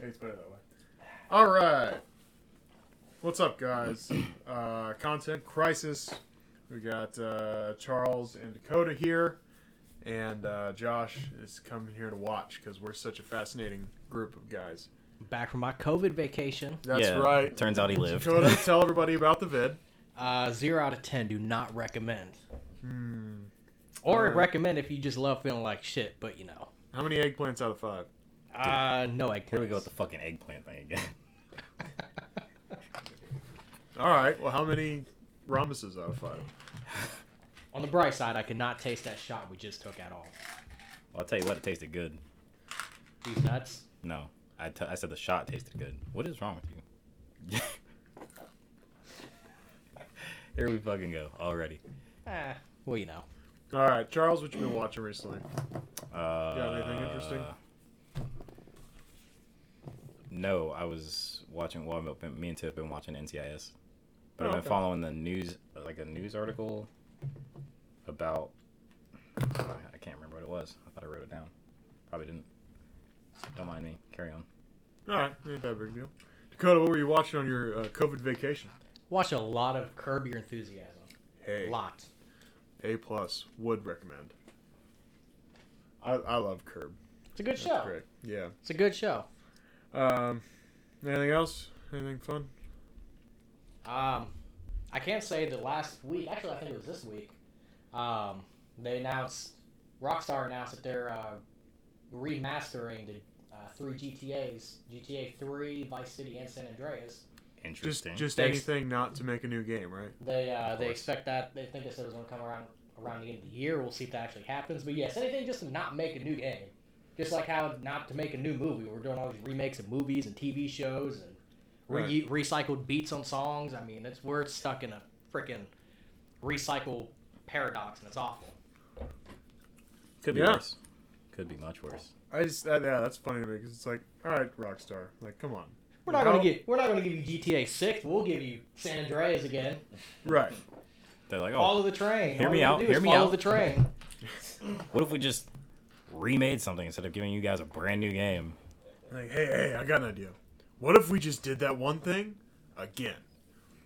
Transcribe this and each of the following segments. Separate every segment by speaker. Speaker 1: Tastes better that way. All right. What's up, guys? Uh, content crisis. We got uh, Charles and Dakota here, and uh, Josh is coming here to watch because we're such a fascinating group of guys.
Speaker 2: Back from my COVID vacation.
Speaker 1: That's
Speaker 3: Yeah,
Speaker 1: right.
Speaker 3: Turns out he lived.
Speaker 1: Dakota, tell everybody about the vid.
Speaker 2: Uh, zero out of ten. Do not recommend. Or
Speaker 1: Uh,
Speaker 2: recommend if you just love feeling like shit, but you know.
Speaker 1: How many eggplants out of five?
Speaker 2: Uh, no egg.
Speaker 3: Here we go with the fucking eggplant thing again.
Speaker 1: All right. Well, how many rhombuses out of five?
Speaker 2: On the bright side, I could not taste that shot we just took at all.
Speaker 3: Well, I'll tell you what, it tasted good.
Speaker 2: These nuts.
Speaker 3: No, I, t- I said the shot tasted good. What is wrong with you? Here we fucking go already.
Speaker 2: Eh, well, you know.
Speaker 1: All right, Charles, what you been watching recently?
Speaker 3: Uh,
Speaker 1: got anything interesting?
Speaker 3: No, I was watching. Well, I've been- me and Tiff have been watching NCIS, but
Speaker 1: Oh,
Speaker 3: I've been
Speaker 1: okay.
Speaker 3: following the news, like a news article about. I can't remember what it was. I thought I wrote it down. Probably didn't. Don't mind me. Carry on.
Speaker 1: All right, ain't that big a deal. Dakota, what were you watching on your uh, COVID vacation?
Speaker 2: Watch a lot of Curb Your Enthusiasm.
Speaker 1: Hey,
Speaker 2: Lot.
Speaker 1: A plus would recommend. I, I love Curb.
Speaker 2: It's a good
Speaker 1: That's
Speaker 2: show.
Speaker 1: great. Yeah.
Speaker 2: It's a good show.
Speaker 1: Um, anything else? Anything fun?
Speaker 2: Um, I can't say that last week. Actually, I think it was this week. Um, they announced Rockstar announced that they're uh, remastering the uh, three GTA's: GTA 3, Vice City, and San Andreas.
Speaker 1: Just
Speaker 3: Interesting.
Speaker 1: just
Speaker 2: Thanks.
Speaker 1: anything not to make a new game, right?
Speaker 2: They uh,
Speaker 1: Of
Speaker 2: they
Speaker 1: course.
Speaker 2: expect that they think they said it was going to come around around the end of the year. We'll see if that actually happens. But yes, anything just to not make a new game, just like how not to make a new movie. We're doing all these remakes of movies and TV shows and re- recycled beats on songs. I mean, it's we're stuck in a freaking recycle paradox, and it's awful.
Speaker 3: Could be
Speaker 1: Yeah.
Speaker 3: worse. Could be much worse.
Speaker 1: I just that, yeah, that's funny to me because it's like, all right, Rockstar, like come on.
Speaker 2: We're not
Speaker 1: How-
Speaker 2: gonna get we're not gonna give you GTA Six. We'll give you San Andreas again.
Speaker 1: right.
Speaker 3: They're like, oh,
Speaker 2: Follow the train.
Speaker 3: Hear
Speaker 2: All
Speaker 3: me
Speaker 2: you gotta
Speaker 3: out,
Speaker 2: do is
Speaker 3: hear me
Speaker 2: follow
Speaker 3: out.
Speaker 2: the train.
Speaker 3: what if we just remade something instead of giving you guys a brand new game?
Speaker 1: Like, hey, hey, I got an idea. What if we just did that one thing again?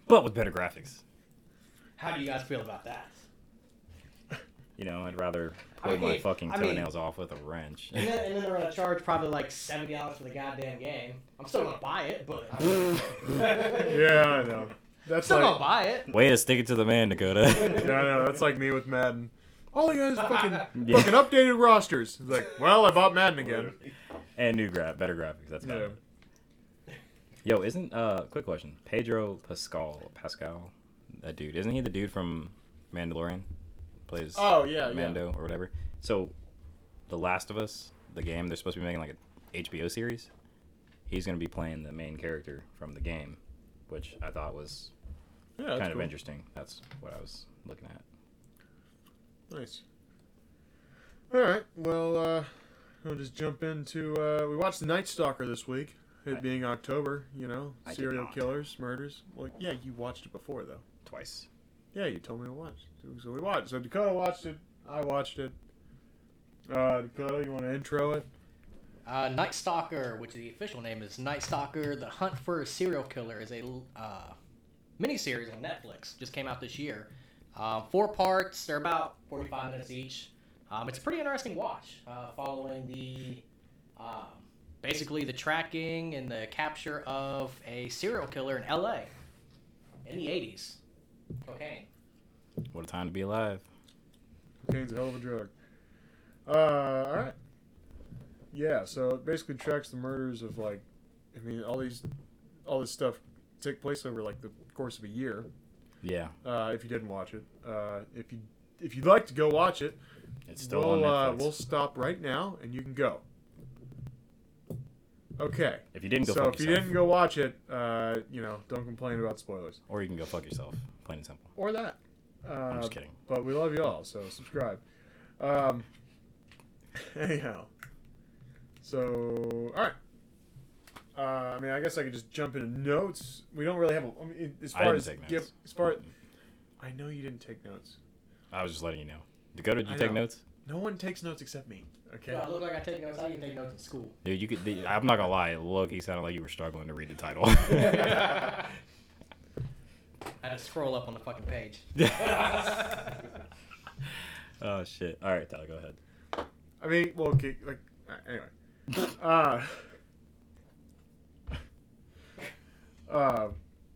Speaker 3: but with better graphics.
Speaker 2: How do you guys feel about that?
Speaker 3: You know, I'd rather
Speaker 2: I
Speaker 3: pull my
Speaker 2: mean-
Speaker 3: fucking
Speaker 2: I mean-
Speaker 3: toenails off with a wrench.
Speaker 2: And then, and then they're gonna charge probably like seventy dollars for the goddamn game. I'm still gonna buy it, but
Speaker 1: Yeah, I know. That's
Speaker 2: still
Speaker 1: like
Speaker 2: gonna buy it.
Speaker 3: Way to stick it to the man, Dakota.
Speaker 1: Yeah, I know. That's like me with Madden. All he has is fucking
Speaker 3: Yeah.
Speaker 1: fucking updated rosters. It's like, well, I bought Madden again.
Speaker 3: and new graph, better graphics. That's
Speaker 1: Yeah.
Speaker 3: better. Yo, isn't uh, quick question? Pedro Pascal, Pascal, that dude, isn't he the dude from Mandalorian? Plays
Speaker 1: Oh, yeah, yeah.
Speaker 3: Mando or whatever. So, The Last of Us, the game, they're supposed to be making like a HBO series. He's gonna be playing the main character from the game, which I thought was
Speaker 1: Yeah, that's
Speaker 3: kind
Speaker 1: cool.
Speaker 3: of interesting. That's what I was looking at.
Speaker 1: Nice. All right. Well, uh, we'll just jump into. Uh, we watched The Night Stalker this week. It
Speaker 3: I-
Speaker 1: being October, you know,
Speaker 3: I did
Speaker 1: serial
Speaker 3: not.
Speaker 1: killers, murders. Well, yeah, you watched it before though.
Speaker 3: Twice.
Speaker 1: Yeah, you told me to watch. So we watched. So Dakota watched it. I watched it. Uh, Dakota, you want to intro it?
Speaker 2: Uh, Night Stalker, which the official name is Night Stalker: The Hunt for a Serial Killer, is a uh, miniseries on Netflix. Just came out this year. Um, four parts. They're about 45 minutes each. Um, it's a pretty interesting watch, uh, following the um, basically the tracking and the capture of a serial killer in L.A. in the 80s. Okay.
Speaker 3: What a time to be alive.
Speaker 1: Cocaine's a hell of a drug. Uh, all right. Yeah, so it basically tracks the murders of like, I mean, all these, all this stuff took place over like the course of a year.
Speaker 3: Yeah,
Speaker 1: Uh, if you didn't watch it, uh, if you if you'd like to go watch it,
Speaker 3: it's still
Speaker 1: we'll
Speaker 3: on
Speaker 1: Uh,
Speaker 3: Netflix.
Speaker 1: we'll stop right now and you can go. Okay,
Speaker 3: if you didn't go,
Speaker 1: so
Speaker 3: fuck
Speaker 1: if you
Speaker 3: yourself,
Speaker 1: didn't go watch it, uh, you know, don't complain about spoilers
Speaker 3: or you can go fuck yourself. Plain and simple.
Speaker 1: or that. Uh,
Speaker 3: I'm just kidding.
Speaker 1: but we love you all, so subscribe. Um, anyhow, so all right. Uh, I mean, I guess I could just jump into notes. We don't really have. A, I mean, as
Speaker 3: I
Speaker 1: far
Speaker 3: didn't
Speaker 1: as
Speaker 3: take notes.
Speaker 1: give- as far, I know you didn't take notes.
Speaker 3: I was just letting you know. Dakota, did you
Speaker 1: I
Speaker 3: take
Speaker 1: know.
Speaker 3: notes?
Speaker 1: No one takes notes except me. Okay.
Speaker 2: Yeah, I look like I take notes. I didn't take notes in school.
Speaker 3: Dude, you could. the- I'm not gonna lie. Loki sounded like you were struggling to read the title.
Speaker 2: I had to scroll up on the fucking page.
Speaker 3: oh shit! All right, Tyler, go ahead.
Speaker 1: I mean, well, okay, like uh, anyway. uh, uh,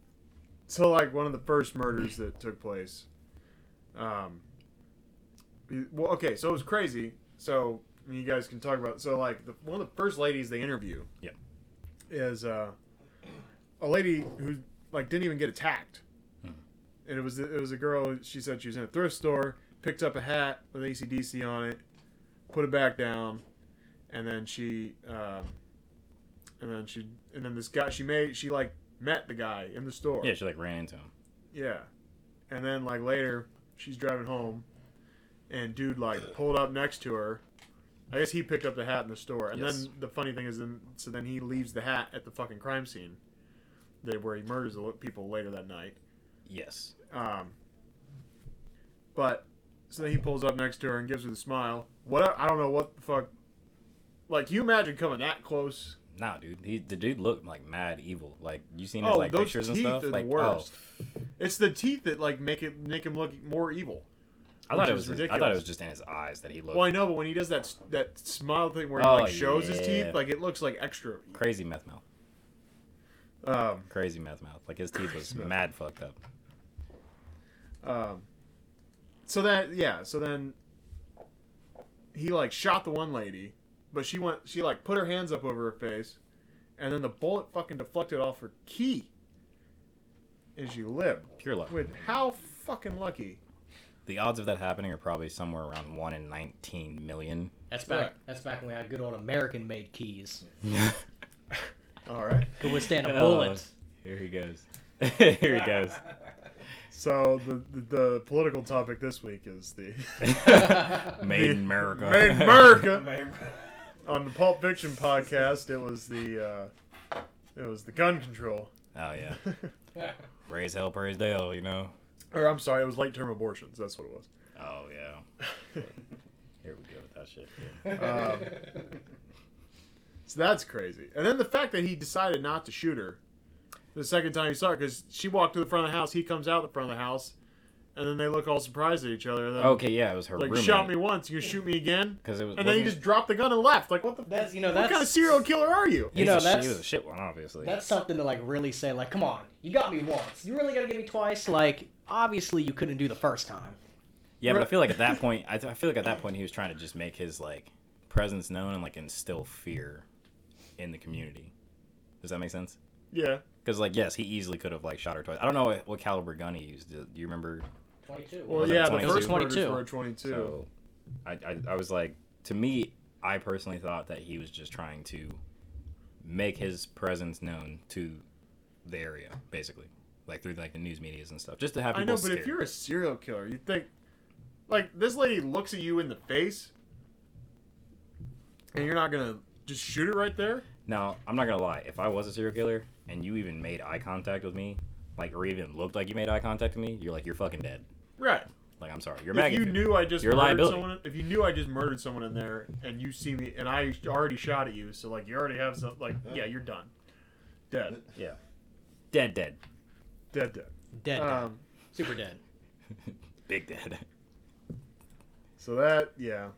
Speaker 1: so like one of the first murders that took place. Um. y- Well, okay, so it was crazy. So I mean, you guys can talk about. So like the, one of the first ladies they interview.
Speaker 3: Yep.
Speaker 1: Is uh, a lady who like didn't even get attacked. And it was it was a girl. She said she was in a thrift store, picked up a hat with ACDC on it, put it back down, and then she, um, and then she, and then this guy she made she like met the guy in the store.
Speaker 3: Yeah, she like ran into him.
Speaker 1: Yeah. And then like later, she's driving home, and dude like pulled up next to her. I guess he picked up the hat in the store. And
Speaker 3: Yes.
Speaker 1: then the funny thing is, then so then he leaves the hat at the fucking crime scene, that where he murders the li- people later that night.
Speaker 3: Yes.
Speaker 1: Um, but so then he pulls up next to her and gives her the smile. What I don't know what the fuck. Like, can you imagine coming that close?
Speaker 3: Nah, dude. He, the dude looked like mad evil. Like you seen his
Speaker 1: Oh,
Speaker 3: like
Speaker 1: those
Speaker 3: pictures and
Speaker 1: teeth
Speaker 3: stuff.
Speaker 1: are the
Speaker 3: like
Speaker 1: worst. It's the teeth that like make it make him look more evil.
Speaker 3: oh, I thought
Speaker 1: Which is
Speaker 3: it was. I thought
Speaker 1: ridiculous.
Speaker 3: it was just in his eyes that he looked
Speaker 1: Well, I know, but when he does that that smile thing where he
Speaker 3: Oh,
Speaker 1: like shows his
Speaker 3: yeah.
Speaker 1: teeth, like it looks like extra.
Speaker 3: crazy meth mouth.
Speaker 1: Um,
Speaker 3: Crazy meth mouth. Like his teeth was mad fucked up.
Speaker 1: um, so that yeah, so then he like shot the one lady, but she went she like put her hands up over her face, and then the bullet fucking deflected off her key, and she lived.
Speaker 3: Pure luck.
Speaker 1: With how fucking lucky?
Speaker 3: The odds of that happening are probably somewhere around one in nineteen million.
Speaker 2: That's back. That's back when we had good old American-made keys.
Speaker 1: All right.
Speaker 2: Could withstand a
Speaker 3: Oh.
Speaker 2: bullet.
Speaker 3: Here he goes. Here he goes.
Speaker 1: So the, the the political topic this week is the
Speaker 3: Made in America.
Speaker 1: Made in America. on the Pulp Fiction podcast, it was the uh, it was the gun control,
Speaker 3: Oh yeah. praise hell, praise Dale. You know.
Speaker 1: or I'm sorry, it was late term abortions. That's what it was.
Speaker 3: Oh yeah. Here we go with that shit.
Speaker 1: So that's crazy. And then the fact that he decided not to shoot her the second time he saw her, because she walked to the front of the house, he comes out the front of the house, and then they look all surprised at each other. And then,
Speaker 3: Okay, yeah, it was her
Speaker 1: Like
Speaker 3: roommate.
Speaker 1: shot me once, you shoot me again,
Speaker 3: 'Cause it was-
Speaker 1: and then he
Speaker 3: wasn't-
Speaker 1: just dropped the gun and left. Like what the?
Speaker 2: That's you know
Speaker 1: what
Speaker 2: that's
Speaker 1: kind of serial killer are you?
Speaker 2: You
Speaker 3: He's
Speaker 2: know,
Speaker 3: a, sh-
Speaker 2: that's-
Speaker 3: he was a shit one, obviously.
Speaker 2: that's something to like really say like, come on, you got me once. You really gotta get me twice. Like obviously you couldn't do the first time.
Speaker 3: yeah, but I feel like at that point, I, th- I feel like at that point he was trying to just make his like presence known and like instill fear in the community. Does that make sense?
Speaker 1: Yeah.
Speaker 3: Because like, yes, he easily could have like shot her twice. I don't know what, what caliber gun he used. Do do you remember?
Speaker 2: Twenty-two.
Speaker 1: Well,
Speaker 3: Was it
Speaker 1: yeah. The
Speaker 3: 22?
Speaker 1: first murders
Speaker 2: 22.
Speaker 1: were a 22.
Speaker 3: So, I, I I was like, to me, I personally thought that he was just trying to make his presence known to the area, basically, like through like the news medias and stuff, just to have
Speaker 1: I know,
Speaker 3: people.
Speaker 1: but
Speaker 3: scared.
Speaker 1: if you're a serial killer, you think like this lady looks at you in the face, and you're not gonna just shoot it right there.
Speaker 3: Now, I'm not gonna lie. If I was a serial killer and you even made eye contact with me, like or even looked like you made eye contact with me, you're like you're fucking dead.
Speaker 1: Right.
Speaker 3: Like I'm sorry, you're
Speaker 1: if you
Speaker 3: maggot. food.
Speaker 1: knew I just
Speaker 3: Your
Speaker 1: murdered
Speaker 3: liability.
Speaker 1: someone, if you knew I just murdered someone in there, and you see me, and I already shot at you, so like you already have some, like yeah, you're done, dead,
Speaker 3: yeah, dead, dead,
Speaker 1: dead, dead.
Speaker 2: dead,
Speaker 1: Um,
Speaker 2: super dead.
Speaker 3: big dead.
Speaker 1: so that yeah,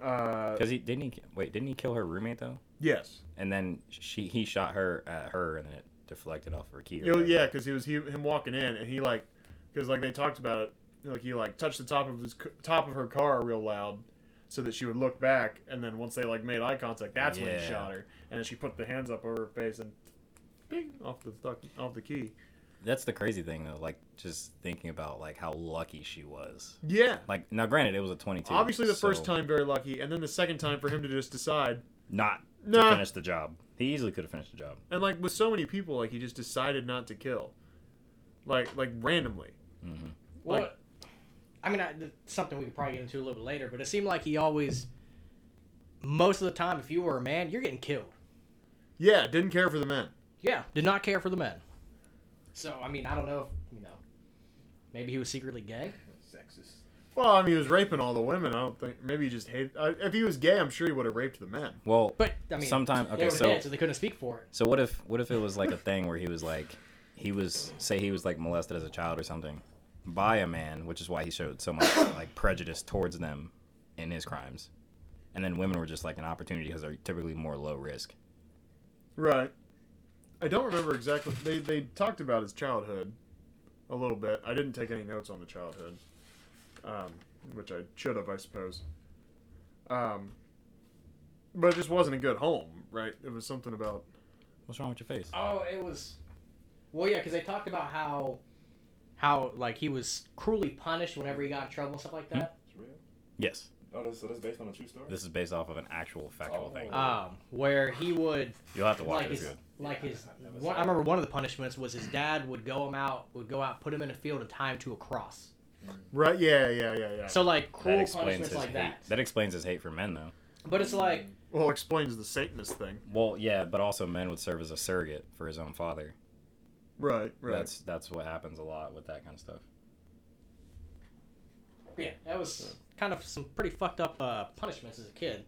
Speaker 1: uh,
Speaker 3: Because he didn't he ki- wait didn't he kill her roommate though?
Speaker 1: yes,
Speaker 3: And then she he shot her at her and then it deflected off her key. or
Speaker 1: You know,
Speaker 3: whatever.
Speaker 1: yeah, because he was he, him walking in, and he like, because like they talked about it, you know, like he like touched the top of his c- top of her car real loud, so that she would look back, and then once they like made eye contact, that's when he
Speaker 3: Yeah.
Speaker 1: shot her, and then she put the hands up over her face and, bing, off the fuck off the key.
Speaker 3: That's the crazy thing though. Like just thinking about like how lucky she was.
Speaker 1: Yeah,
Speaker 3: Like now, granted, it was a 22.
Speaker 1: obviously the
Speaker 3: so
Speaker 1: first time very lucky, and then the second time for him to just decide,
Speaker 3: not
Speaker 1: Nah.
Speaker 3: to finish the job. He easily could have finished the job.
Speaker 1: and like with so many people, like he just decided not to kill, like like randomly.
Speaker 2: Well,
Speaker 1: Like-
Speaker 2: I mean, I, th- something we could probably get into a little bit later, but it seemed like he always, most of the time, if you were a man, you're getting killed.
Speaker 1: Yeah, didn't care for the men.
Speaker 2: Yeah, did not care for the men. So I mean, I don't know if you know, maybe he was secretly gay.
Speaker 4: Sexist.
Speaker 1: Well, I mean, he was raping all the women. I don't think. Maybe he just hated. I, if he was gay, I'm sure he would have raped the men.
Speaker 3: Well,
Speaker 2: But I mean,
Speaker 3: sometime
Speaker 2: they
Speaker 3: okay,
Speaker 2: were
Speaker 3: so
Speaker 2: dead, so they couldn't speak for it.
Speaker 3: So what if what if it was like a thing where he was like he was say he was like molested as a child or something by a man, which is why he showed so much like prejudice towards them in his crimes. And then women were just like an opportunity because they're typically more low risk.
Speaker 1: Right. I don't remember exactly. They they talked about his childhood a little bit. I didn't take any notes on the childhood, um, which I should have, I suppose. Um, but it just wasn't a good home, right? It was something about
Speaker 3: What's wrong with your face?
Speaker 2: Oh, it was. Well, yeah, because they talked about how, how like he was cruelly punished whenever he got in trouble and stuff like that.
Speaker 4: It's real.
Speaker 3: Yes,
Speaker 4: Oh, this, so that's based on a true story.
Speaker 3: this is based off of an actual factual
Speaker 4: Oh.
Speaker 3: thing.
Speaker 2: Um, where he would
Speaker 3: You'll have to Hmm. watch
Speaker 2: like
Speaker 3: it. It's
Speaker 2: his,
Speaker 3: good.
Speaker 2: like his.
Speaker 4: I've never
Speaker 2: One,
Speaker 4: saw
Speaker 2: I remember one of the punishments was his dad would go him out, would go out, put him in a field and tie him to a cross.
Speaker 1: right. Yeah, yeah, yeah, yeah.
Speaker 2: So like
Speaker 3: That
Speaker 2: cruel
Speaker 3: explains
Speaker 2: punishments
Speaker 3: his
Speaker 2: like
Speaker 3: hate.
Speaker 2: that.
Speaker 3: That explains his hate for men, though.
Speaker 2: But it's like
Speaker 1: well, explains the Satanist thing.
Speaker 3: Well, yeah, but also men would serve as a surrogate for his own father.
Speaker 1: Right. Right.
Speaker 3: That's that's what happens a lot with that kind of stuff.
Speaker 2: Yeah, that was kind of some pretty fucked up uh, punishments as a kid.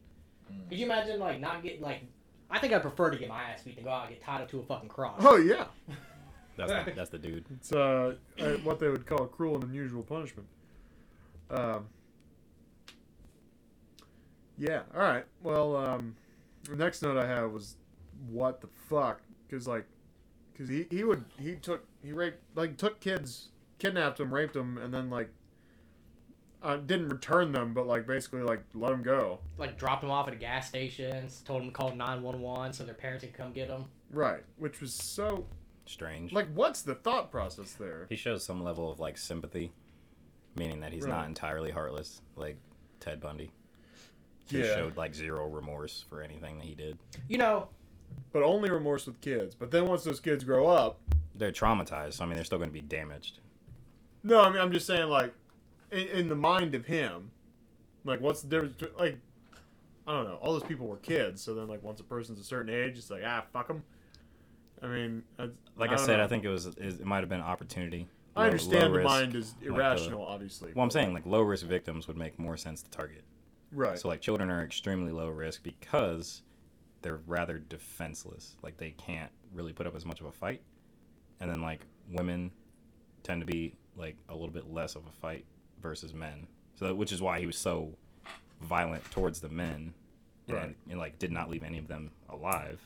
Speaker 2: Could you imagine like not getting like? I think I'd prefer to get my ass beat than go out and get tied up to a fucking cross.
Speaker 1: oh yeah.
Speaker 3: That's the, that's the dude.
Speaker 1: It's uh, uh, what they would call cruel and unusual punishment. Um, yeah. All right. Well, um, the next note I have was what the fuck? Because like, because he, he would he took he raped like took kids kidnapped them raped them and then like uh, didn't return them but like basically like let them go.
Speaker 2: Like dropped them off at a gas station, told them to call nine one one so their parents could come get them.
Speaker 1: Right. Which was so
Speaker 3: Strange.
Speaker 1: like what's the thought process there?
Speaker 3: He shows some level of like sympathy, meaning that he's
Speaker 1: Right.
Speaker 3: not entirely heartless, like Ted Bundy, who showed like zero remorse for anything that he did.
Speaker 2: You know,
Speaker 1: But only remorse with kids. But then once those kids grow up,
Speaker 3: They're traumatized, so I mean they're still going to be damaged.
Speaker 1: No, I mean I'm just saying like, in, in the mind of him, like what's the difference? between- Like, I don't know. All those people were kids, so then like once a person's a certain age, it's like ah fuck them. I mean, I,
Speaker 3: Like I,
Speaker 1: don't
Speaker 3: said,
Speaker 1: know.
Speaker 3: I think it was it might have been opportunity.
Speaker 1: I
Speaker 3: Low-
Speaker 1: understand
Speaker 3: low
Speaker 1: the
Speaker 3: risk.
Speaker 1: mind is
Speaker 3: the-
Speaker 1: irrational, obviously.
Speaker 3: Well, I'm saying like low risk victims would make more sense to target.
Speaker 1: right.
Speaker 3: So like children are extremely low risk because they're rather defenseless. Like they can't really put up as much of a fight. And then like women tend to be like a little bit less of a fight versus men. So which is why he was so violent towards the men and,
Speaker 1: Right.
Speaker 3: and like did not leave any of them alive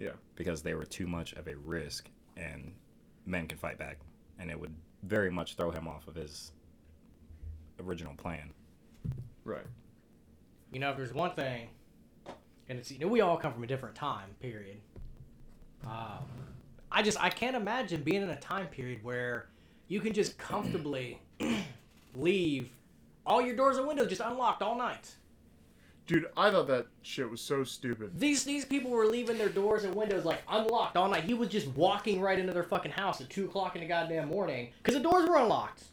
Speaker 1: yeah.
Speaker 3: because they were too much of a risk and men can fight back and it would very much throw him off of his original plan.
Speaker 1: Right.
Speaker 2: you know if there's one thing, and it's you know we all come from a different time period. Um, I just I can't imagine being in a time period where you can just comfortably leave all your doors and windows just unlocked all night.
Speaker 1: Dude, I thought that shit was so stupid.
Speaker 2: These these people were leaving their doors and windows like unlocked all night. He was just walking right into their fucking house at two o'clock in the goddamn morning because the doors were unlocked.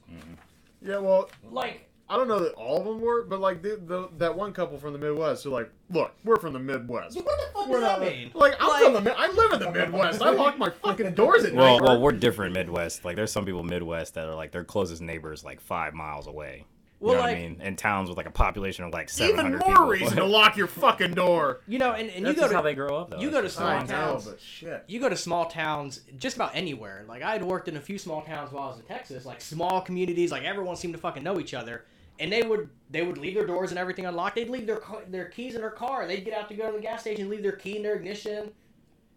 Speaker 1: Yeah. Well,
Speaker 2: Like
Speaker 1: I don't know that all of them were, but like the, the that one couple from the Midwest. So like, look, we're from the Midwest.
Speaker 2: what the fuck
Speaker 1: We're
Speaker 2: does that
Speaker 1: not
Speaker 2: mean?
Speaker 1: like I'm from the. Mi- I live in the Midwest. I lock my fucking doors at
Speaker 3: Well,
Speaker 1: night.
Speaker 3: well, we're different Midwest. Like, there's some people Midwest that are like their closest neighbors like five miles away. You
Speaker 2: Well,
Speaker 3: know
Speaker 2: like-
Speaker 3: what I mean? In towns with like a population of like 700
Speaker 1: even more
Speaker 3: people.
Speaker 1: reason to lock your fucking door.
Speaker 2: you know, and, and you
Speaker 3: That's
Speaker 2: go
Speaker 3: just how
Speaker 2: to
Speaker 3: they grow up, though.
Speaker 2: you
Speaker 3: It's
Speaker 2: go to
Speaker 3: just
Speaker 2: small
Speaker 3: like-
Speaker 1: I know,
Speaker 2: towns.
Speaker 1: but shit.
Speaker 2: You go to small towns just about anywhere. Like I had worked in a few small towns while I was in Texas, like small communities, like everyone seemed to fucking know each other. And they would they would leave their doors and everything unlocked. They'd leave their ca- their keys in their car. They'd get out to go to the gas station, leave their key in their ignition.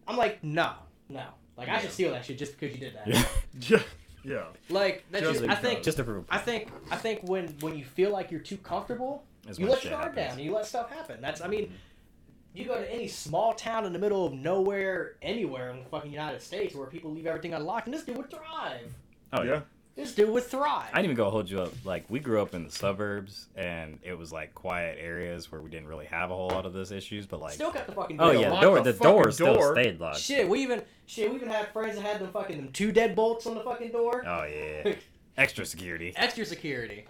Speaker 2: I'm like, no, no. Like I should steal that shit just because you did that.
Speaker 3: Yeah.
Speaker 1: Yeah, yeah,
Speaker 2: Like that's
Speaker 1: Just
Speaker 2: just, I
Speaker 1: because.
Speaker 2: think
Speaker 3: Just to prove.
Speaker 2: I think I think when when you feel like you're too comfortable,
Speaker 3: That's
Speaker 2: you
Speaker 3: when
Speaker 2: let
Speaker 3: shit
Speaker 2: your guard
Speaker 3: happens.
Speaker 2: down. You let stuff happen. That's I mean, you go to any small town in the middle of nowhere, anywhere in the fucking United States, where people leave everything unlocked, and this dude would thrive.
Speaker 3: Oh, yeah.
Speaker 2: This dude would thrive.
Speaker 3: I didn't even go hold you up. Like, we grew up in the suburbs and it was like quiet areas where we didn't really have a whole lot of those issues, but like.
Speaker 2: Still got the fucking.
Speaker 3: Oh
Speaker 2: deal.
Speaker 3: yeah,
Speaker 1: Lock
Speaker 3: door,
Speaker 1: the
Speaker 3: the, door
Speaker 1: fucking
Speaker 3: still
Speaker 1: door.
Speaker 3: stayed locked.
Speaker 2: Shit, we even shit, we even had friends that had them fucking them two deadbolts on the fucking door.
Speaker 3: Oh yeah, extra security.
Speaker 2: Extra security.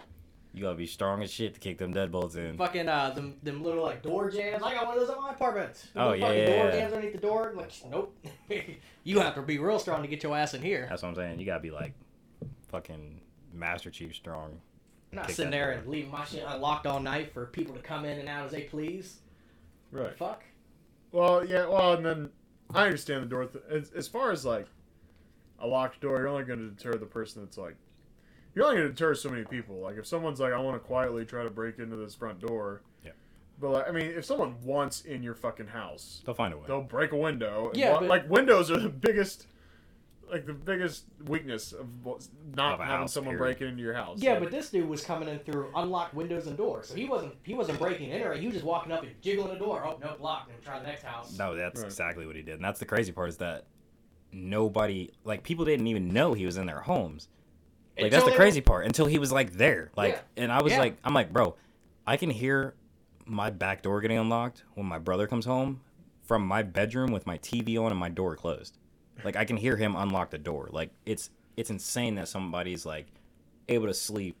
Speaker 3: You gotta be strong as shit to kick them deadbolts in.
Speaker 2: Fucking uh, them, them little like door jams. I got one of those at my apartment. The
Speaker 3: Oh,
Speaker 2: little fucking Door
Speaker 3: yeah.
Speaker 2: jams underneath the door. Like nope. you have to be real strong to get your ass in here.
Speaker 3: That's what I'm saying. You gotta be like fucking Master Chief strong
Speaker 2: I'm not
Speaker 3: Take
Speaker 2: sitting
Speaker 3: that.
Speaker 2: there and leaving my shit unlocked all night for people to come in and out as they please.
Speaker 1: Right.
Speaker 2: Fuck.
Speaker 1: Well, yeah. Well, and then I understand the door. Th- as, as far as like a locked door, you're only going to deter the person that's like, you're only going to deter so many people. Like if someone's like, I want to quietly try to break into this front door.
Speaker 3: Yeah.
Speaker 1: But like, I mean, if someone wants in your fucking house,
Speaker 3: They'll find a way.
Speaker 1: they'll break a window. and
Speaker 2: Yeah,
Speaker 1: wa-
Speaker 2: but-
Speaker 1: like windows are the biggest. Like the biggest weakness of bo- not
Speaker 3: Of a
Speaker 1: having
Speaker 3: house,
Speaker 1: someone
Speaker 3: period.
Speaker 1: break into your house.
Speaker 2: Yeah,
Speaker 1: Like,
Speaker 2: but this dude was coming in through unlocked windows and doors, so he wasn't he wasn't breaking in or he was just walking up and jiggling the door. Oh no, locked. And try the next house.
Speaker 3: No, that's
Speaker 1: Right.
Speaker 3: exactly what he did. And that's the crazy part is that nobody, like, people didn't even know he was in their homes. Like,
Speaker 2: Until
Speaker 3: that's the
Speaker 2: they-
Speaker 3: crazy part until he was, like, there. Like,
Speaker 2: Yeah.
Speaker 3: and I was
Speaker 2: Yeah.
Speaker 3: like, I'm like, bro, I can hear my back door getting unlocked when my brother comes home from my bedroom with my TV on and my door closed. Like, I can hear him unlock the door. Like, it's, it's insane that somebody's, like, able to sleep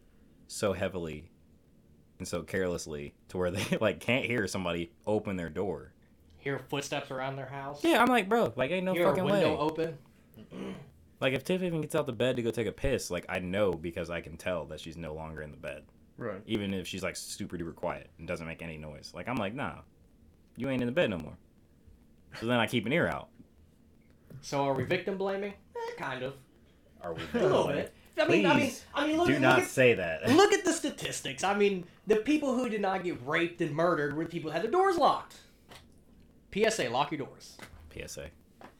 Speaker 3: so heavily and so carelessly to where they, like, can't hear somebody open their door.
Speaker 2: Hear footsteps around their house.
Speaker 3: Yeah, I'm like, bro, like ain't no
Speaker 2: Hear
Speaker 3: fucking
Speaker 2: a window
Speaker 3: way.
Speaker 2: open.
Speaker 3: Like if Tiff even gets out the bed to go take a piss, like I know because I can tell that she's no longer in the bed,
Speaker 1: right.
Speaker 3: even if she's like super duper quiet and doesn't make any noise. Like I'm like, nah, you ain't in the bed no more. So then I keep an ear out.
Speaker 2: So are we victim blaming? Eh, kind of.
Speaker 3: Are we?
Speaker 2: A little bit. I mean, I mean,
Speaker 3: Please,
Speaker 2: I mean, look,
Speaker 3: Do
Speaker 2: look
Speaker 3: not
Speaker 2: at,
Speaker 3: say that.
Speaker 2: look at the statistics. I mean, the people who did not get raped and murdered were the people who had their doors locked. PSA: Lock your doors.
Speaker 3: PSA.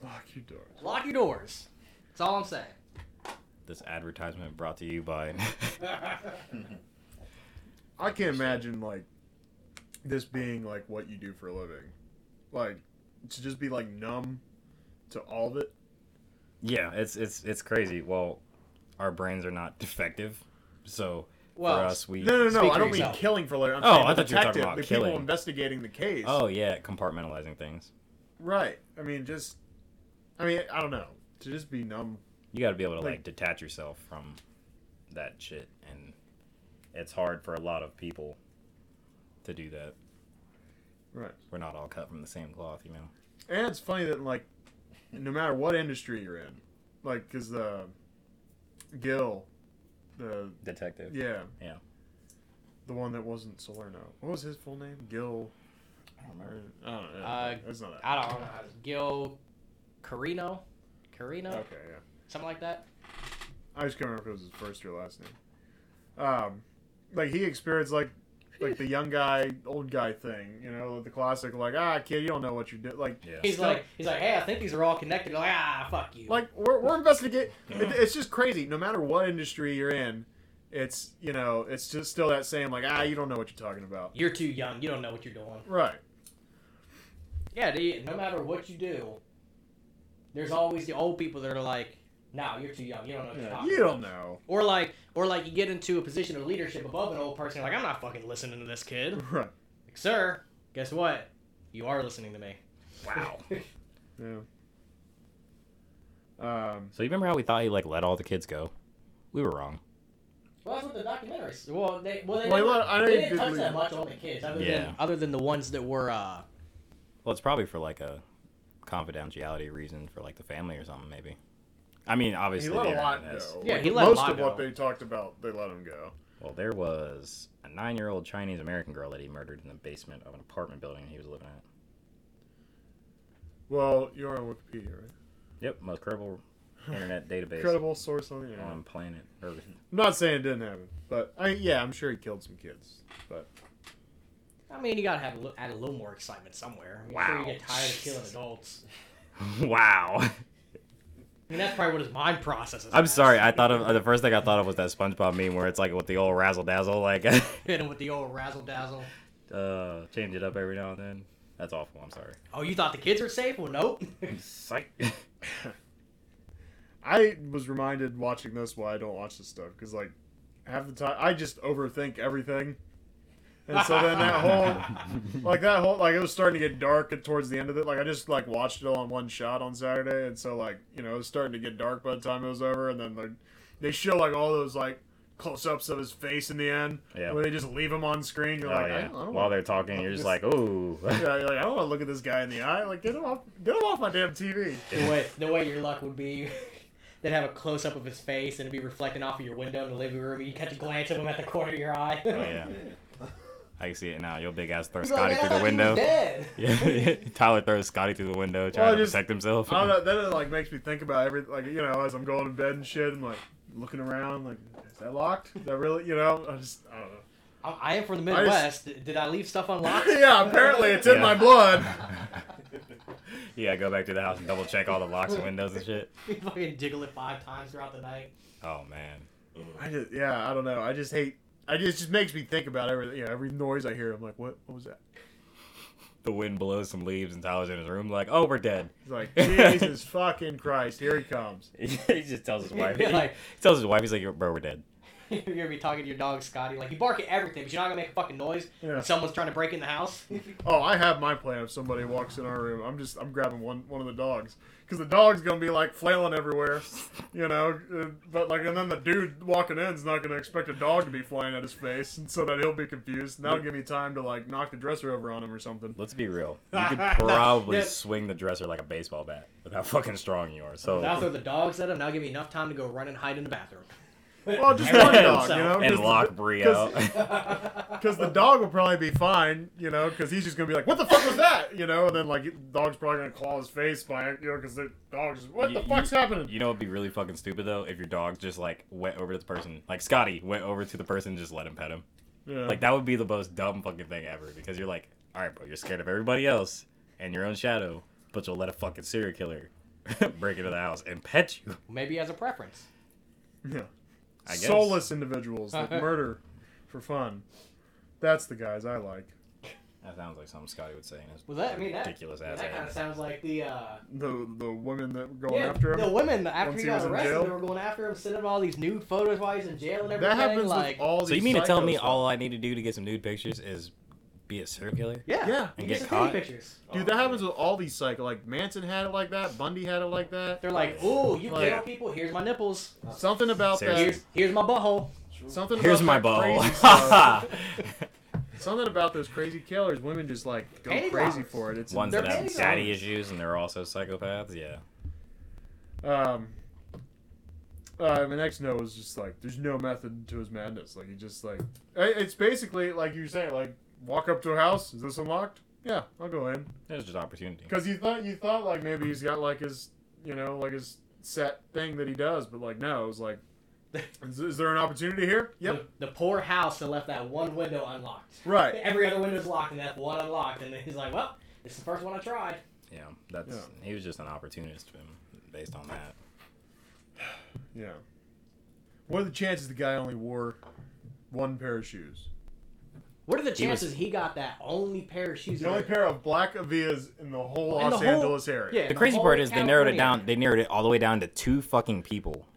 Speaker 1: Lock your door.
Speaker 2: Lock your doors. That's all I'm saying.
Speaker 3: This advertisement brought to you by.
Speaker 1: I can't imagine like this being like what you do for a living, like to just be like numb to all of it.
Speaker 3: yeah, it's it's it's crazy. Well, our brains are not defective, so
Speaker 2: Well,
Speaker 3: for us we.
Speaker 1: No, no, no.
Speaker 2: Speak
Speaker 1: I
Speaker 2: for
Speaker 1: don't mean
Speaker 2: yourself.
Speaker 1: killing for a living. I'm
Speaker 3: Oh,
Speaker 1: saying
Speaker 3: I
Speaker 1: the
Speaker 3: thought you were talking
Speaker 1: detective,
Speaker 3: about
Speaker 1: the
Speaker 3: killing.
Speaker 1: people investigating the case.
Speaker 3: Oh yeah, compartmentalizing things.
Speaker 1: right. I mean, just. I mean, I don't know. To just be numb.
Speaker 3: you got to be able to like,
Speaker 1: Like-
Speaker 3: detach yourself from that shit and it's hard for a lot of people to do that
Speaker 1: Right.
Speaker 3: we're not all cut from the same cloth you know
Speaker 1: And it's funny that like, no matter what industry you're in, like, cause the Gil, the
Speaker 3: detective
Speaker 1: yeah,
Speaker 3: Yeah.
Speaker 1: the one that wasn't Salerno. What was his full name? Gil. I don't remember. I don't know.
Speaker 2: Uh,
Speaker 1: it's not that.
Speaker 2: I don't know. Gil Carino? Carino?
Speaker 3: Oh.
Speaker 1: Okay, yeah.
Speaker 2: Something like that?
Speaker 1: I just can't remember if it was his first or last name. Um, like he experienced like like the young guy, old guy thing, you know, the classic like ah kid, you don't know what you did. Like
Speaker 3: yeah
Speaker 2: He's like, he's like, hey, I think these are all connected. Like, ah, fuck you.
Speaker 1: like we're we're investigating. It, it's just crazy. No matter what industry you're in, it's you know it's just still that same like ah you don't know what you're talking about.
Speaker 2: you're too young. You don't know what you're doing.
Speaker 1: Right.
Speaker 2: Yeah, dude, no matter what you do, there's always the old people that are like, no, you're too young. You don't know what you're talking
Speaker 1: You
Speaker 2: about.
Speaker 1: don't know.
Speaker 2: Or like, or like you get into a position of leadership above an old person. Like, I'm not fucking listening to this kid.
Speaker 1: Right.
Speaker 2: Like, sir, guess what? You are listening to me.
Speaker 3: wow
Speaker 1: Yeah. Um.
Speaker 3: so you remember how we thought he like let all the kids go we were wrong
Speaker 2: Well, that's what the documentaries. Well, they well they,
Speaker 1: Well,
Speaker 2: never-
Speaker 1: look, I know
Speaker 2: they
Speaker 1: you
Speaker 2: didn't
Speaker 1: did
Speaker 2: touch
Speaker 1: leave.
Speaker 2: that much on the kids, other
Speaker 3: Yeah.
Speaker 2: than other than the ones that were uh,
Speaker 3: well it's probably for like a confidentiality reason for like the family or something maybe i mean
Speaker 1: He
Speaker 3: obviously
Speaker 1: let a
Speaker 3: the
Speaker 1: lot
Speaker 3: internet has-
Speaker 1: go.
Speaker 2: Yeah,
Speaker 1: Like,
Speaker 2: he let a
Speaker 1: most
Speaker 2: lot
Speaker 1: of what
Speaker 2: go.
Speaker 1: they talked about, they let him go.
Speaker 3: well there was a nine-year-old chinese american girl that he murdered in the basement of an apartment building he was living at
Speaker 1: Well, you're on Wikipedia, right?
Speaker 3: yep most credible internet database
Speaker 1: Credible source on the internet.
Speaker 3: on planet Earth.
Speaker 1: I'm not saying it didn't happen, but I yeah, I'm sure he killed some kids. But
Speaker 2: I mean, you gotta have a li- add a little more excitement somewhere. I'm sure
Speaker 3: Wow.
Speaker 2: you get tired of killing adults.
Speaker 3: wow.
Speaker 2: I mean, that's probably what his mind processes.
Speaker 3: I'm
Speaker 2: as.
Speaker 3: sorry. I thought of the first thing I thought of was that SpongeBob meme where it's like with the old razzle dazzle, like
Speaker 2: Hit him with the old razzle dazzle.
Speaker 3: uh, change it up every now and then. That's awful. I'm sorry.
Speaker 2: Oh, you thought the kids were safe? Well, nope.
Speaker 3: Psych.
Speaker 1: I was reminded watching this why I don't watch this stuff because like half the time I just overthink everything, and so then that whole like that whole like it was starting to get dark and towards the end of it. Like I just like watched it all in one shot on Saturday, and so like you know it was starting to get dark by the time it was over, and then like they show like all those like close-ups of his face in the end
Speaker 3: Yeah.
Speaker 1: where they just leave him on screen. You're
Speaker 3: oh,
Speaker 1: like, I
Speaker 3: yeah.
Speaker 1: don't, I don't
Speaker 3: While
Speaker 1: want-
Speaker 3: they're talking, you're just
Speaker 1: This-
Speaker 3: like, ooh.
Speaker 1: yeah, you're like, I don't want to look at this guy in the eye. Like, get him off, get him off my damn TV.
Speaker 2: the way the way your luck would be, that have a close up of his face and it'd be reflecting off of your window in the living room. and You catch a glance of him at the corner of your eye.
Speaker 3: Oh, yeah. I can see it now. Your big ass throws
Speaker 2: He's like, "Man,
Speaker 3: Scotty
Speaker 2: I
Speaker 3: through the
Speaker 2: thought you was
Speaker 3: window.
Speaker 2: dead."
Speaker 3: Yeah, Tyler throws Scotty through the window trying
Speaker 1: Well, I
Speaker 3: to
Speaker 1: just-
Speaker 3: protect himself.
Speaker 1: I don't know. That like makes me think about every like you know as I'm going to bed and shit. I'm like looking around, like is that locked? Is that really? You know, I just I don't know.
Speaker 2: I, I am from the
Speaker 1: I
Speaker 2: Midwest. Did I leave stuff unlocked?
Speaker 1: yeah, apparently it's in
Speaker 3: Yeah.
Speaker 1: my blood.
Speaker 3: yeah, go back to the house and double check all the locks and windows and shit.
Speaker 2: you fucking jiggle it five times throughout the night.
Speaker 3: Oh man.
Speaker 1: I just yeah, I don't know. I just hate. I just just makes me think about every you know every noise I hear. I'm like, what? What was that?
Speaker 3: The wind blows some leaves and Tyler's in his room like, oh, we're dead.
Speaker 1: It's like Jesus fucking Christ, here he comes.
Speaker 3: he just tells his wife.
Speaker 2: Yeah, like-
Speaker 3: he tells his wife, he's like, bro, we're dead.
Speaker 2: You're gonna be talking to your dog Scotty. Like you bark at everything, but you're not gonna make a fucking noise.
Speaker 1: Yeah.
Speaker 2: when Someone's trying to break in the house.
Speaker 1: Oh, I have my plan. If somebody walks in our room, I'm just I'm grabbing one one of the dogs because the dog's gonna be like flailing everywhere, you know. uh, But like, and then the dude walking in is not gonna expect a dog to be flying at his face, and so that he'll be confused. And that'll give me time to like knock the dresser over on him or something.
Speaker 3: Let's be real. You could probably
Speaker 2: Yeah.
Speaker 3: swing the dresser like a baseball bat with how fucking strong you are. So
Speaker 2: Now throw the dogs at him. Now give me enough time to go run and hide in the bathroom.
Speaker 1: Well, just
Speaker 2: And
Speaker 1: one dog, you
Speaker 2: so-
Speaker 1: know,
Speaker 3: and lock Bree out.
Speaker 1: because the dog will probably be fine, you know, because he's just gonna be like, "What the fuck was that?" You know, and then like the dog's probably gonna claw his face by it, you know, because the dog's what
Speaker 3: You-
Speaker 1: the fuck's happening?
Speaker 3: You know, it'd be really fucking stupid though if your dog just like went over to the person, like Scotty went over to the person, and just let him pet him.
Speaker 1: Yeah.
Speaker 3: Like that would be the most dumb fucking thing ever because you're like, all right, bro, you're scared of everybody else and your own shadow, but you'll let a fucking serial killer break into the house and pet you.
Speaker 2: Maybe he has a preference.
Speaker 1: Yeah.
Speaker 3: I guess.
Speaker 1: Soulless individuals that murder for fun. That's the guys I like.
Speaker 3: That sounds like something Scotty would say. in his
Speaker 2: Was that? I mean, that,
Speaker 3: ridiculous
Speaker 2: that
Speaker 3: ass.
Speaker 2: kind of
Speaker 3: ad.
Speaker 2: sounds like the. uh
Speaker 1: The the women that were going
Speaker 2: Yeah,
Speaker 1: after
Speaker 2: the
Speaker 1: him.
Speaker 2: women after
Speaker 1: Once he
Speaker 2: he got
Speaker 1: was in
Speaker 2: arrested,
Speaker 1: jail?
Speaker 2: they were going after him, sending him all these nude photos while he's in jail and everything.
Speaker 1: That happens
Speaker 2: like,
Speaker 1: with all these.
Speaker 3: So you mean to tell me
Speaker 1: psychos.
Speaker 3: all I need to do to get some nude pictures is be a serial killer?
Speaker 1: Yeah.
Speaker 2: yeah, you get
Speaker 3: And get
Speaker 2: some
Speaker 3: caught?
Speaker 2: titty pictures.
Speaker 1: Dude, that happens with all these psycho. Like Manson had it like that. Bundy had it like that.
Speaker 2: They're like, "Ooh, you
Speaker 1: Like-
Speaker 2: kill people. Here's my nipples.
Speaker 1: Something about
Speaker 3: Seriously?
Speaker 1: that.
Speaker 2: Here's here's my butthole."
Speaker 1: Something.
Speaker 3: Here's my
Speaker 1: about that
Speaker 3: ball.
Speaker 1: crazy stuff- something about those crazy killers. Women just like go
Speaker 2: Panty
Speaker 1: crazy
Speaker 2: robbers.
Speaker 1: for it. It's
Speaker 3: Ones
Speaker 2: They're
Speaker 3: that have
Speaker 2: big
Speaker 3: daddy
Speaker 2: ones.
Speaker 3: issues and they're also psychopaths. Yeah.
Speaker 1: Um, uh, my next note was just like, there's no method to his madness. Like he just like, I- it's basically like you say, like walk up to a house. Is this unlocked? Yeah, I'll go in.
Speaker 3: There's just opportunity.
Speaker 1: Because you thought you thought like maybe he's got like his you know like his set thing that he does, but like no, it was like, is, is there an opportunity here? Yep.
Speaker 2: The, the poor house that left that one window unlocked.
Speaker 1: Right.
Speaker 2: Every other window's locked, and that one unlocked. And then he's like, "Well, it's the first one I tried."
Speaker 3: Yeah, that's he was just an opportunist um, based on that.
Speaker 1: Yeah. What are the chances the guy only wore one pair of shoes?
Speaker 2: What are the
Speaker 3: He was-
Speaker 2: chances he, got that only pair of shoes?
Speaker 1: The only
Speaker 2: ever?
Speaker 1: pair of black Avias in the whole
Speaker 2: In the
Speaker 1: Los
Speaker 2: whole-
Speaker 1: Angeles area.
Speaker 2: Yeah,
Speaker 3: The crazy part
Speaker 2: whole
Speaker 3: is they narrowed
Speaker 2: California.
Speaker 3: it down. They narrowed it all the way down to two fucking people.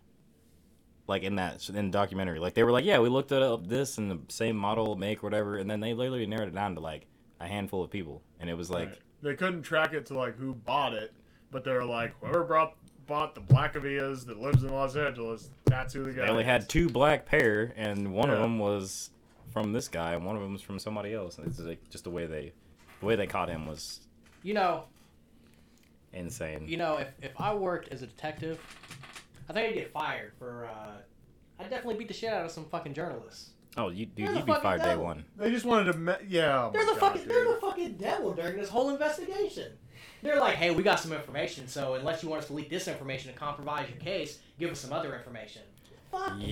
Speaker 3: Like in that in the documentary, like they were like, yeah, we looked it up this and the same model, make, whatever, and then they literally narrowed it down to like a handful of people, and it was like,
Speaker 1: Right. they couldn't track it to like who bought it, but they were like whoever brought bought the black Avias that lives in Los Angeles. That's who the guy.
Speaker 3: They only
Speaker 1: is.
Speaker 3: had two black pair, and one of
Speaker 1: Yeah.
Speaker 3: them was from this guy, and one of them was from somebody else. And it's like just the way they, the way they caught him was
Speaker 2: You know,
Speaker 3: insane.
Speaker 2: You know, if, if I worked as a detective, I think I'd get fired for. Uh, I'd definitely beat the shit out of some fucking journalists.
Speaker 3: oh, you dude,
Speaker 2: Where the
Speaker 3: you'd be
Speaker 2: fuck is
Speaker 3: fired day
Speaker 2: that?
Speaker 3: one.
Speaker 1: They just wanted to. Me- yeah. oh my
Speaker 2: They're
Speaker 1: God,
Speaker 2: the fucking they're
Speaker 1: dude.
Speaker 2: the fucking devil during this whole investigation. They're like, hey, we got some information, so unless you want us to leak this information and compromise your case, give us some other information. Fuck
Speaker 3: Yeah.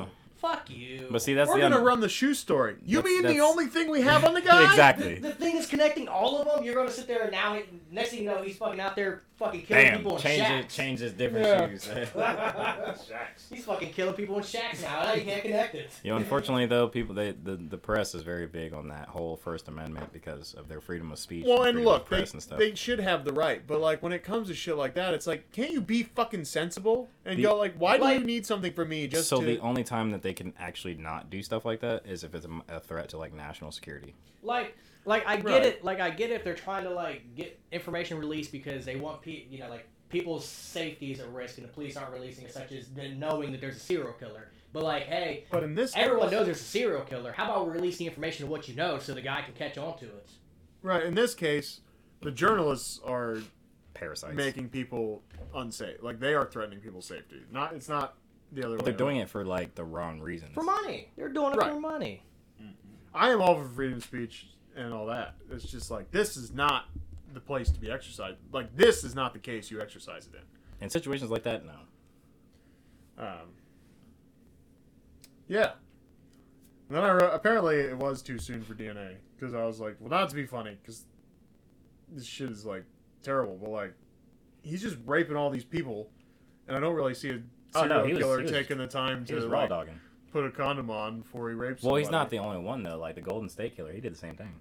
Speaker 2: you. Fuck you.
Speaker 3: But see, that's
Speaker 1: We're
Speaker 3: the
Speaker 1: gonna
Speaker 3: un-
Speaker 1: run the shoe story. You
Speaker 3: That's-
Speaker 1: mean the
Speaker 3: that's-
Speaker 1: only thing we have on the guy?
Speaker 3: exactly.
Speaker 2: the thing is connecting all of them. You're gonna sit there and now, next thing you know, he's fucking out there fucking killing people in shacks.
Speaker 3: his different
Speaker 1: Yeah.
Speaker 3: shoes.
Speaker 2: He's fucking killing people in shacks now. Now you can't connect it.
Speaker 3: you know, unfortunately though, people they, the the press is very big on that whole First Amendment because of their freedom of speech.
Speaker 1: Well, and
Speaker 3: freedom of
Speaker 1: look, they,
Speaker 3: press and stuff.
Speaker 1: they should have the right, but like when it comes to shit like that, it's like, can't you be fucking sensible and
Speaker 3: The-
Speaker 1: go like, why do
Speaker 2: Like-
Speaker 1: you need something from me just
Speaker 3: so
Speaker 1: to?
Speaker 3: the only time that they can actually not do stuff like that is if it's a, a threat to like national security.
Speaker 2: Like, like I get
Speaker 1: Right.
Speaker 2: it. Like I get it. If they're trying to like get information released because they want pe- you know, like people's safety is at risk, and the police aren't releasing it, such as them knowing that there's a serial killer. But like, hey,
Speaker 1: But in this,
Speaker 2: everyone
Speaker 1: case-
Speaker 2: knows there's a serial killer. How about we release the information of what you know so the guy can catch on to it?
Speaker 1: right? In this case, the journalists are
Speaker 3: parasites.
Speaker 1: making people unsafe. Like they are threatening people's safety. Not it's not the other way.
Speaker 3: They're doing
Speaker 1: around.
Speaker 3: it for like the wrong reasons.
Speaker 2: For money. They're doing it for
Speaker 1: Right.
Speaker 2: money.
Speaker 1: I am all for freedom of speech and all that. It's just like this is not the place to be exercised. Like this is not the case you exercise it in.
Speaker 3: In situations like that, no.
Speaker 1: Um, yeah. And then I wrote, apparently it was too soon for DNA because I was like, well, not to be funny because this shit is like terrible, but like he's just raping all these people, and I don't really see a
Speaker 3: Oh, no,
Speaker 1: serial
Speaker 3: he was-
Speaker 1: killer
Speaker 3: he was-
Speaker 1: taking the time
Speaker 3: He
Speaker 1: to
Speaker 3: was raw
Speaker 1: like,
Speaker 3: dogging.
Speaker 1: put a condom on before he rapes.
Speaker 3: Well, he's
Speaker 1: somebody.
Speaker 3: not the only one though. Like the Golden State Killer, he did the same thing.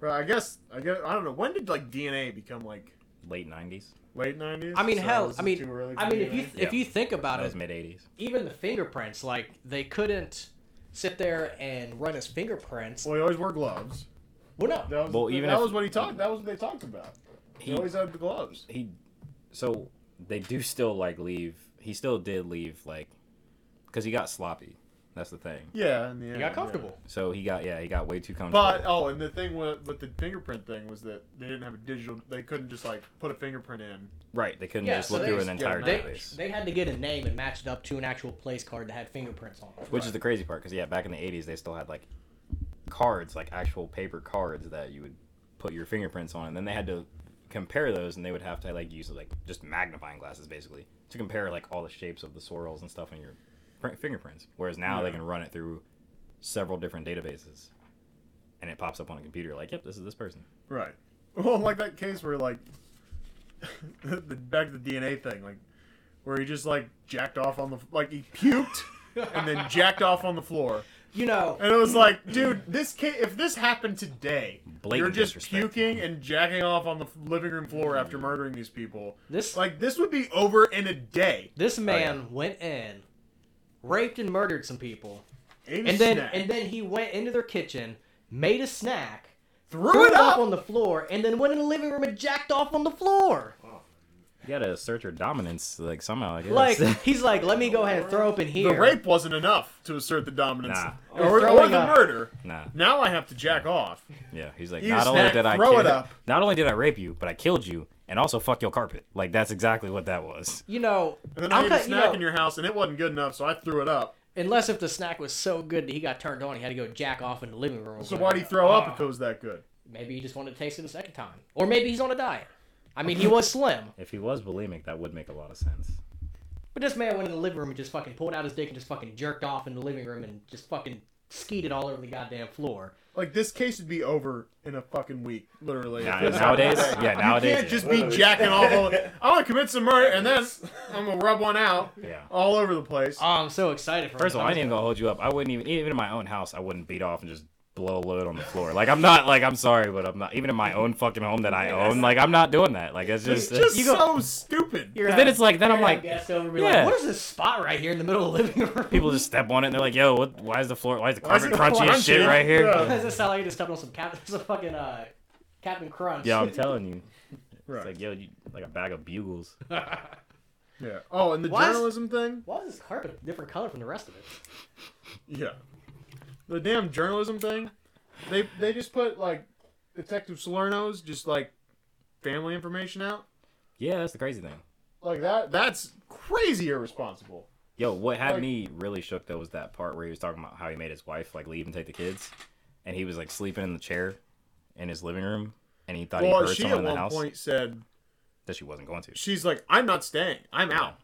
Speaker 1: But I guess I guess I don't know when did like DNA become like
Speaker 3: Late '90s.
Speaker 1: late nineties.
Speaker 2: I mean, hell, I mean, I mean, if you if
Speaker 3: Yeah.
Speaker 2: you think about
Speaker 3: That
Speaker 2: it,
Speaker 3: was mid '80s.
Speaker 2: even the fingerprints, like they couldn't sit there and run his fingerprints.
Speaker 1: well, he always wore gloves.
Speaker 2: Well, no,
Speaker 1: That was,
Speaker 3: Well, even
Speaker 1: that
Speaker 3: if-
Speaker 1: was what he talked. That was what they talked about. He,
Speaker 3: He-
Speaker 1: always had the gloves.
Speaker 3: he so they do still like leave he still did leave like because he got sloppy that's the thing
Speaker 1: Yeah, in the
Speaker 2: he
Speaker 1: end,
Speaker 2: got comfortable.
Speaker 3: so he got yeah he got way too
Speaker 1: yeah.
Speaker 3: comfortable
Speaker 1: But oh, and the thing with, with the fingerprint thing was that they didn't have a digital. They couldn't just like put a fingerprint in.
Speaker 3: right they couldn't
Speaker 2: Yeah,
Speaker 3: just
Speaker 2: so
Speaker 3: look
Speaker 2: they-
Speaker 3: through an
Speaker 1: yeah,
Speaker 3: entire
Speaker 1: they-
Speaker 3: database
Speaker 2: They had to get a name and match it up to an actual place card that had fingerprints on it.
Speaker 3: which is the crazy part because yeah back in the 80s they still had like cards like actual paper cards that you would put your fingerprints on and then they had to compare those and they would have to like use like just magnifying glasses basically to compare like all the shapes of the swirls and stuff in your pr- fingerprints whereas now they
Speaker 1: Yeah.
Speaker 3: can run it through several different databases and it pops up on a computer like yep this is this person
Speaker 1: Right. Well, like that case where like the, back to the DNA thing, like where he just like jacked off on the like he puked and then jacked off on the floor.
Speaker 2: You know,
Speaker 1: And it was like, dude, this ca if this happened today,
Speaker 3: Blatant
Speaker 1: you're just
Speaker 3: disrespect.
Speaker 1: puking and jacking off on the f- living room floor after murdering these people.
Speaker 2: this
Speaker 1: Like this would be over in a day.
Speaker 2: this man went in, raped and murdered some people,
Speaker 1: Ate a
Speaker 2: and then
Speaker 1: snack,
Speaker 2: and then he went into their kitchen, made a snack,
Speaker 1: threw it up.
Speaker 2: on the floor, and then went in the living room and jacked off on the floor.
Speaker 3: you gotta assert your dominance like somehow i guess
Speaker 2: Like he's like, let me go ahead and throw up in here.
Speaker 1: the rape wasn't enough to assert the dominance,
Speaker 3: Nah.
Speaker 1: or, or
Speaker 2: Throwing
Speaker 1: the
Speaker 2: up.
Speaker 1: murder.
Speaker 3: nah
Speaker 1: Now I have to jack off.
Speaker 3: yeah he's like
Speaker 1: You
Speaker 3: not only
Speaker 1: snack,
Speaker 3: did i
Speaker 1: throw
Speaker 3: kill,
Speaker 1: it up."
Speaker 3: not only did i rape you but i killed you and also fuck your carpet like that's exactly what that was
Speaker 2: You know,
Speaker 1: And then
Speaker 2: I'm
Speaker 1: I ate a
Speaker 2: cut- you
Speaker 1: snack
Speaker 2: know,
Speaker 1: in your house, and it wasn't good enough, so I threw it up.
Speaker 2: unless if the snack was so good that he got turned on, he had to go jack off in the living room.
Speaker 1: So why'd he throw up if it was that good?
Speaker 2: Maybe he just wanted to taste it a second time, or maybe he's on a diet. I mean, he was slim,
Speaker 3: If he was bulimic, that would make a lot of sense.
Speaker 2: but this man went in the living room and just fucking pulled out his dick and just fucking jerked off in the living room and just fucking skeeted all over the goddamn floor.
Speaker 1: Like this case would be over in a fucking week, literally. if this
Speaker 3: nowadays,
Speaker 1: happened today.
Speaker 3: yeah,
Speaker 1: You
Speaker 3: nowadays,
Speaker 1: can't just
Speaker 3: yeah.
Speaker 1: be jacking all over. I want to commit some murder, and then I'm gonna rub one out
Speaker 3: Yeah. Uh,
Speaker 1: all over the place.
Speaker 2: Oh, I'm so excited for him.
Speaker 3: First of all, I ain't even gonna hold you up. I wouldn't even, even in my own house, I wouldn't beat off and just blow a load on the floor. Like I'm not, like I'm sorry, but I'm not. Even in my own fucking home that I own, like I'm not doing that. Like it's
Speaker 1: It's
Speaker 3: just,
Speaker 1: just
Speaker 3: you
Speaker 1: so
Speaker 3: go-
Speaker 1: stupid.
Speaker 2: You're
Speaker 3: But then
Speaker 2: having-
Speaker 3: it's like- then
Speaker 2: you're
Speaker 3: I'm like,
Speaker 2: having guests over and be
Speaker 3: yeah.
Speaker 2: like, what is this spot right here in the middle of the living room?
Speaker 3: people just step on it and they're like, "Yo, what? Why is the floor? Why is the
Speaker 1: Why is
Speaker 3: carpet
Speaker 1: it
Speaker 3: crunchy as shit
Speaker 1: crunchy?
Speaker 3: right here?"
Speaker 1: Yeah.
Speaker 2: Does it sound like you just stepped on some Captain, some fucking uh, Captain Crunch?
Speaker 3: Yeah, I'm telling you,
Speaker 1: Right.
Speaker 3: it's like yo, you, like a bag of bugles.
Speaker 1: yeah. Oh, and the
Speaker 2: Why is-
Speaker 1: journalism thing.
Speaker 2: Why is this carpet a different color from the rest of it?
Speaker 1: Yeah. The damn journalism thing. They they just put like Detective Salerno's just like family information out.
Speaker 3: Yeah, that's the crazy thing.
Speaker 1: Like that. That's crazy irresponsible.
Speaker 3: Yo, what had
Speaker 1: Like-
Speaker 3: me really shook though was that part where he was talking about how he made his wife like leave and take the kids, and he was like sleeping in the chair in his living room, and he thought
Speaker 1: Well,
Speaker 3: he heard
Speaker 1: she
Speaker 3: someone
Speaker 1: at
Speaker 3: in the
Speaker 1: one
Speaker 3: house
Speaker 1: point said
Speaker 3: that she wasn't going to.
Speaker 1: she's like, I'm not staying. I'm out.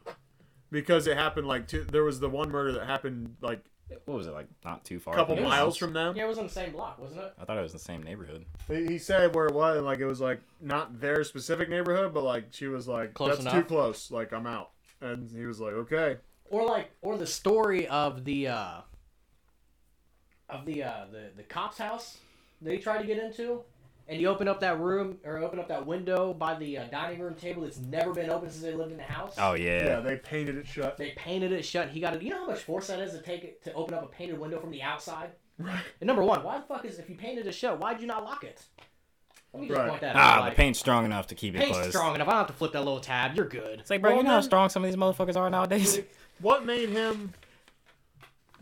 Speaker 1: Because it happened like two, there was the one murder that happened like
Speaker 3: What was it like? Not too far.
Speaker 1: a couple
Speaker 3: from his
Speaker 1: miles
Speaker 3: house?
Speaker 1: from them.
Speaker 2: Yeah, it was on the same block, wasn't it?
Speaker 3: I thought it was in the same neighborhood.
Speaker 1: He he said where it was, and like it was like not their specific neighborhood, but like she was like,
Speaker 2: Close
Speaker 1: that's too
Speaker 2: enough.
Speaker 1: close. Like I'm out. And he was like, okay.
Speaker 2: Or like, or the story of the uh, of the uh, the the cop's house that he tried to get into, and you open up that room or open up that window by the uh, dining room table that's never been open since they lived in the house.
Speaker 3: Oh yeah.
Speaker 1: Yeah, they painted it shut.
Speaker 2: They painted it shut. He got it. You know how much force that is to take it to open up a painted window from the outside.
Speaker 1: Right.
Speaker 2: And number one, why the fuck is if you painted it shut, why'd you not lock it? Let me just
Speaker 1: Right.
Speaker 2: point that out.
Speaker 3: ah,
Speaker 2: like,
Speaker 3: the paint's strong enough to keep it
Speaker 2: paint's
Speaker 3: closed.
Speaker 2: strong enough. I don't have to flip that little tab. You're good.
Speaker 3: It's like, bro,
Speaker 1: Well,
Speaker 3: you know how
Speaker 1: then-
Speaker 3: strong some of these motherfuckers are nowadays.
Speaker 1: What made him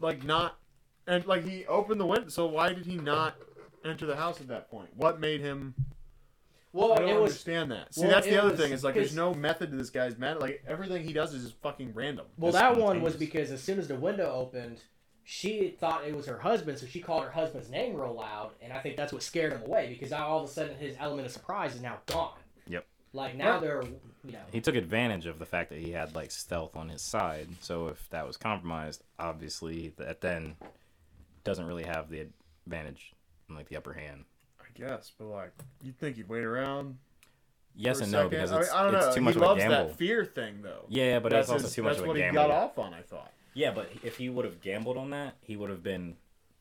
Speaker 1: like not and like he opened the window so why did he not enter the house at that point? What made him
Speaker 2: Well,
Speaker 1: I don't
Speaker 2: it was
Speaker 1: understand that. See,
Speaker 2: well,
Speaker 1: that's the
Speaker 2: it
Speaker 1: other
Speaker 2: was
Speaker 1: thing. Is like there's
Speaker 2: his-
Speaker 1: no method to this guy's mad. Like everything he does is just fucking random.
Speaker 2: well.
Speaker 3: It's
Speaker 2: That one was
Speaker 3: spontaneous.
Speaker 2: because as soon as the window opened, she thought it was her husband, so she called her husband's name real loud, and I think that's what scared him away because now all of a sudden his element of surprise is now gone.
Speaker 3: Yep.
Speaker 2: Like now
Speaker 1: Yeah.
Speaker 2: they're you know
Speaker 3: He took advantage of the fact that he had like stealth on his side. So if that was compromised, obviously that then doesn't really have the advantage, like the upper hand.
Speaker 1: I guess, but like you'd think he'd wait around.
Speaker 3: Yes
Speaker 1: for a
Speaker 3: and no
Speaker 1: second.
Speaker 3: because
Speaker 1: I, mean,
Speaker 3: it's,
Speaker 1: I don't
Speaker 3: it's
Speaker 1: know.
Speaker 3: too much
Speaker 1: he
Speaker 3: of a
Speaker 1: loves
Speaker 3: gamble.
Speaker 1: that fear thing though.
Speaker 3: Yeah, but
Speaker 1: that's
Speaker 3: it's also
Speaker 1: his-
Speaker 3: too much
Speaker 1: that's
Speaker 3: of a
Speaker 1: what
Speaker 3: gamble.
Speaker 1: he got off on. I thought.
Speaker 3: Yeah, but if he would have gambled on that, he would have been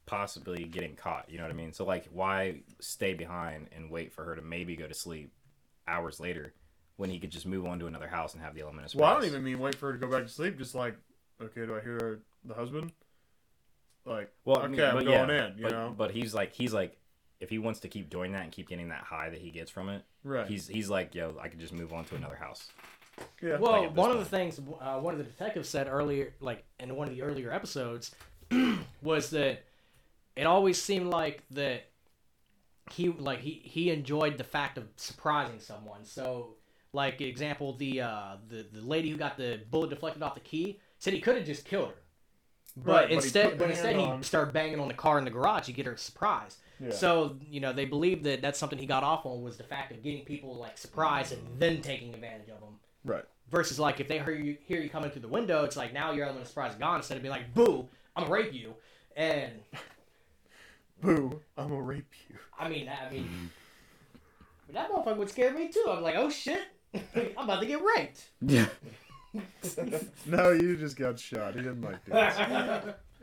Speaker 3: possibly getting caught. You know what I mean? So like, why stay behind and wait for her to maybe go to sleep hours later when he could just move on to another house and have the element of surprise?
Speaker 1: Well, I don't even mean wait for her to go back to sleep. Just like, okay, do I hear the husband? Like,
Speaker 3: Well,
Speaker 1: okay,
Speaker 3: I mean,
Speaker 1: I'm
Speaker 3: but
Speaker 1: going
Speaker 3: yeah,
Speaker 1: in. You
Speaker 3: but,
Speaker 1: know,
Speaker 3: but he's like, he's like, if he wants to keep doing that and keep getting that high that he gets from it,
Speaker 1: right?
Speaker 3: he's he's like, yo, I could just move on to another house.
Speaker 1: yeah.
Speaker 2: Well,
Speaker 3: Like, at this
Speaker 2: one of the
Speaker 3: point.
Speaker 2: things uh, one of the detectives said earlier, like in one of the earlier episodes, was that it always seemed like that he like he he enjoyed the fact of surprising someone. So, like example, the uh, the the lady who got the bullet deflected off the key said he could have just killed her, but
Speaker 1: Right, but he put
Speaker 2: instead,
Speaker 1: the
Speaker 2: but instead
Speaker 1: hand
Speaker 2: he
Speaker 1: on.
Speaker 2: started banging on the car in the garage to get her surprised.
Speaker 1: Yeah.
Speaker 2: So you know they believe that that's something he got off on was the fact of getting people like surprised and then taking advantage of them.
Speaker 1: right.
Speaker 2: Versus like if they hear you hear you coming through the window, it's like now your element of surprise is gone. Instead of being like, "Boo, I'm gonna rape you," and
Speaker 1: Boo! I'm gonna rape you.
Speaker 2: I mean, I mean, but that motherfucker would scare me too. I'm like, "Oh shit, I'm about to get raped."
Speaker 3: Yeah,
Speaker 1: No, you just got shot. He didn't like dudes.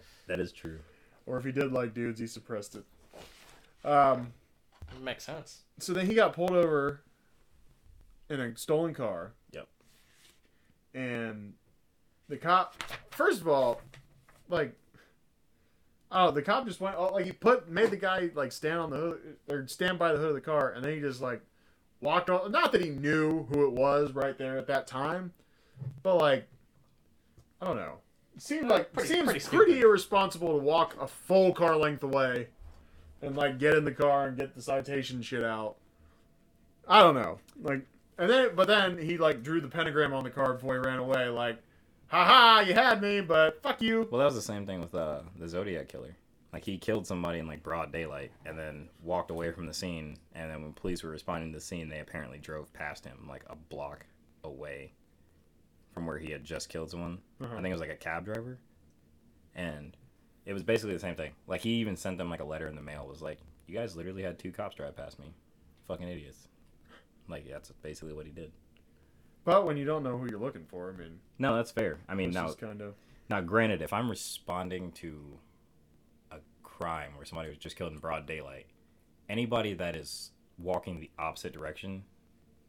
Speaker 3: that is true.
Speaker 1: or if he did like dudes, he suppressed it. Um.
Speaker 2: Makes sense.
Speaker 1: So then he got pulled over in a stolen car.
Speaker 3: Yep.
Speaker 1: And the cop, first of all, like, oh, the cop just went oh, like he put made the guy like stand on the hood or stand by the hood of the car, and then he just like walked on. Not that he knew who it was right there at that time, but like, I don't know. It seemed like
Speaker 2: Pretty-
Speaker 1: seems
Speaker 2: pretty
Speaker 1: pretty,
Speaker 2: stupid.
Speaker 1: irresponsible to walk a full car length away and like get in the car and get the citation shit out. I don't know. Like and then but then he like drew the pentagram on the car before he ran away, like, haha, you had me, but fuck you.
Speaker 3: Well, that was the same thing with uh, the Zodiac killer. Like he killed somebody in like broad daylight and then walked away from the scene. And then when police were responding to the scene, they apparently drove past him like a block away from where he had just killed someone. I think it was like a cab driver, and it was basically the same thing. Like he even sent them like a letter in the mail. Was like, you guys literally had two cops drive past me, fucking idiots. Like that's basically what he did.
Speaker 1: But when you don't know who you're looking for, I mean
Speaker 3: No, that's fair. I mean,
Speaker 1: it's
Speaker 3: now
Speaker 1: just kind of
Speaker 3: Now, granted, if I'm responding to a crime where somebody was just killed in broad daylight, anybody that is walking the opposite direction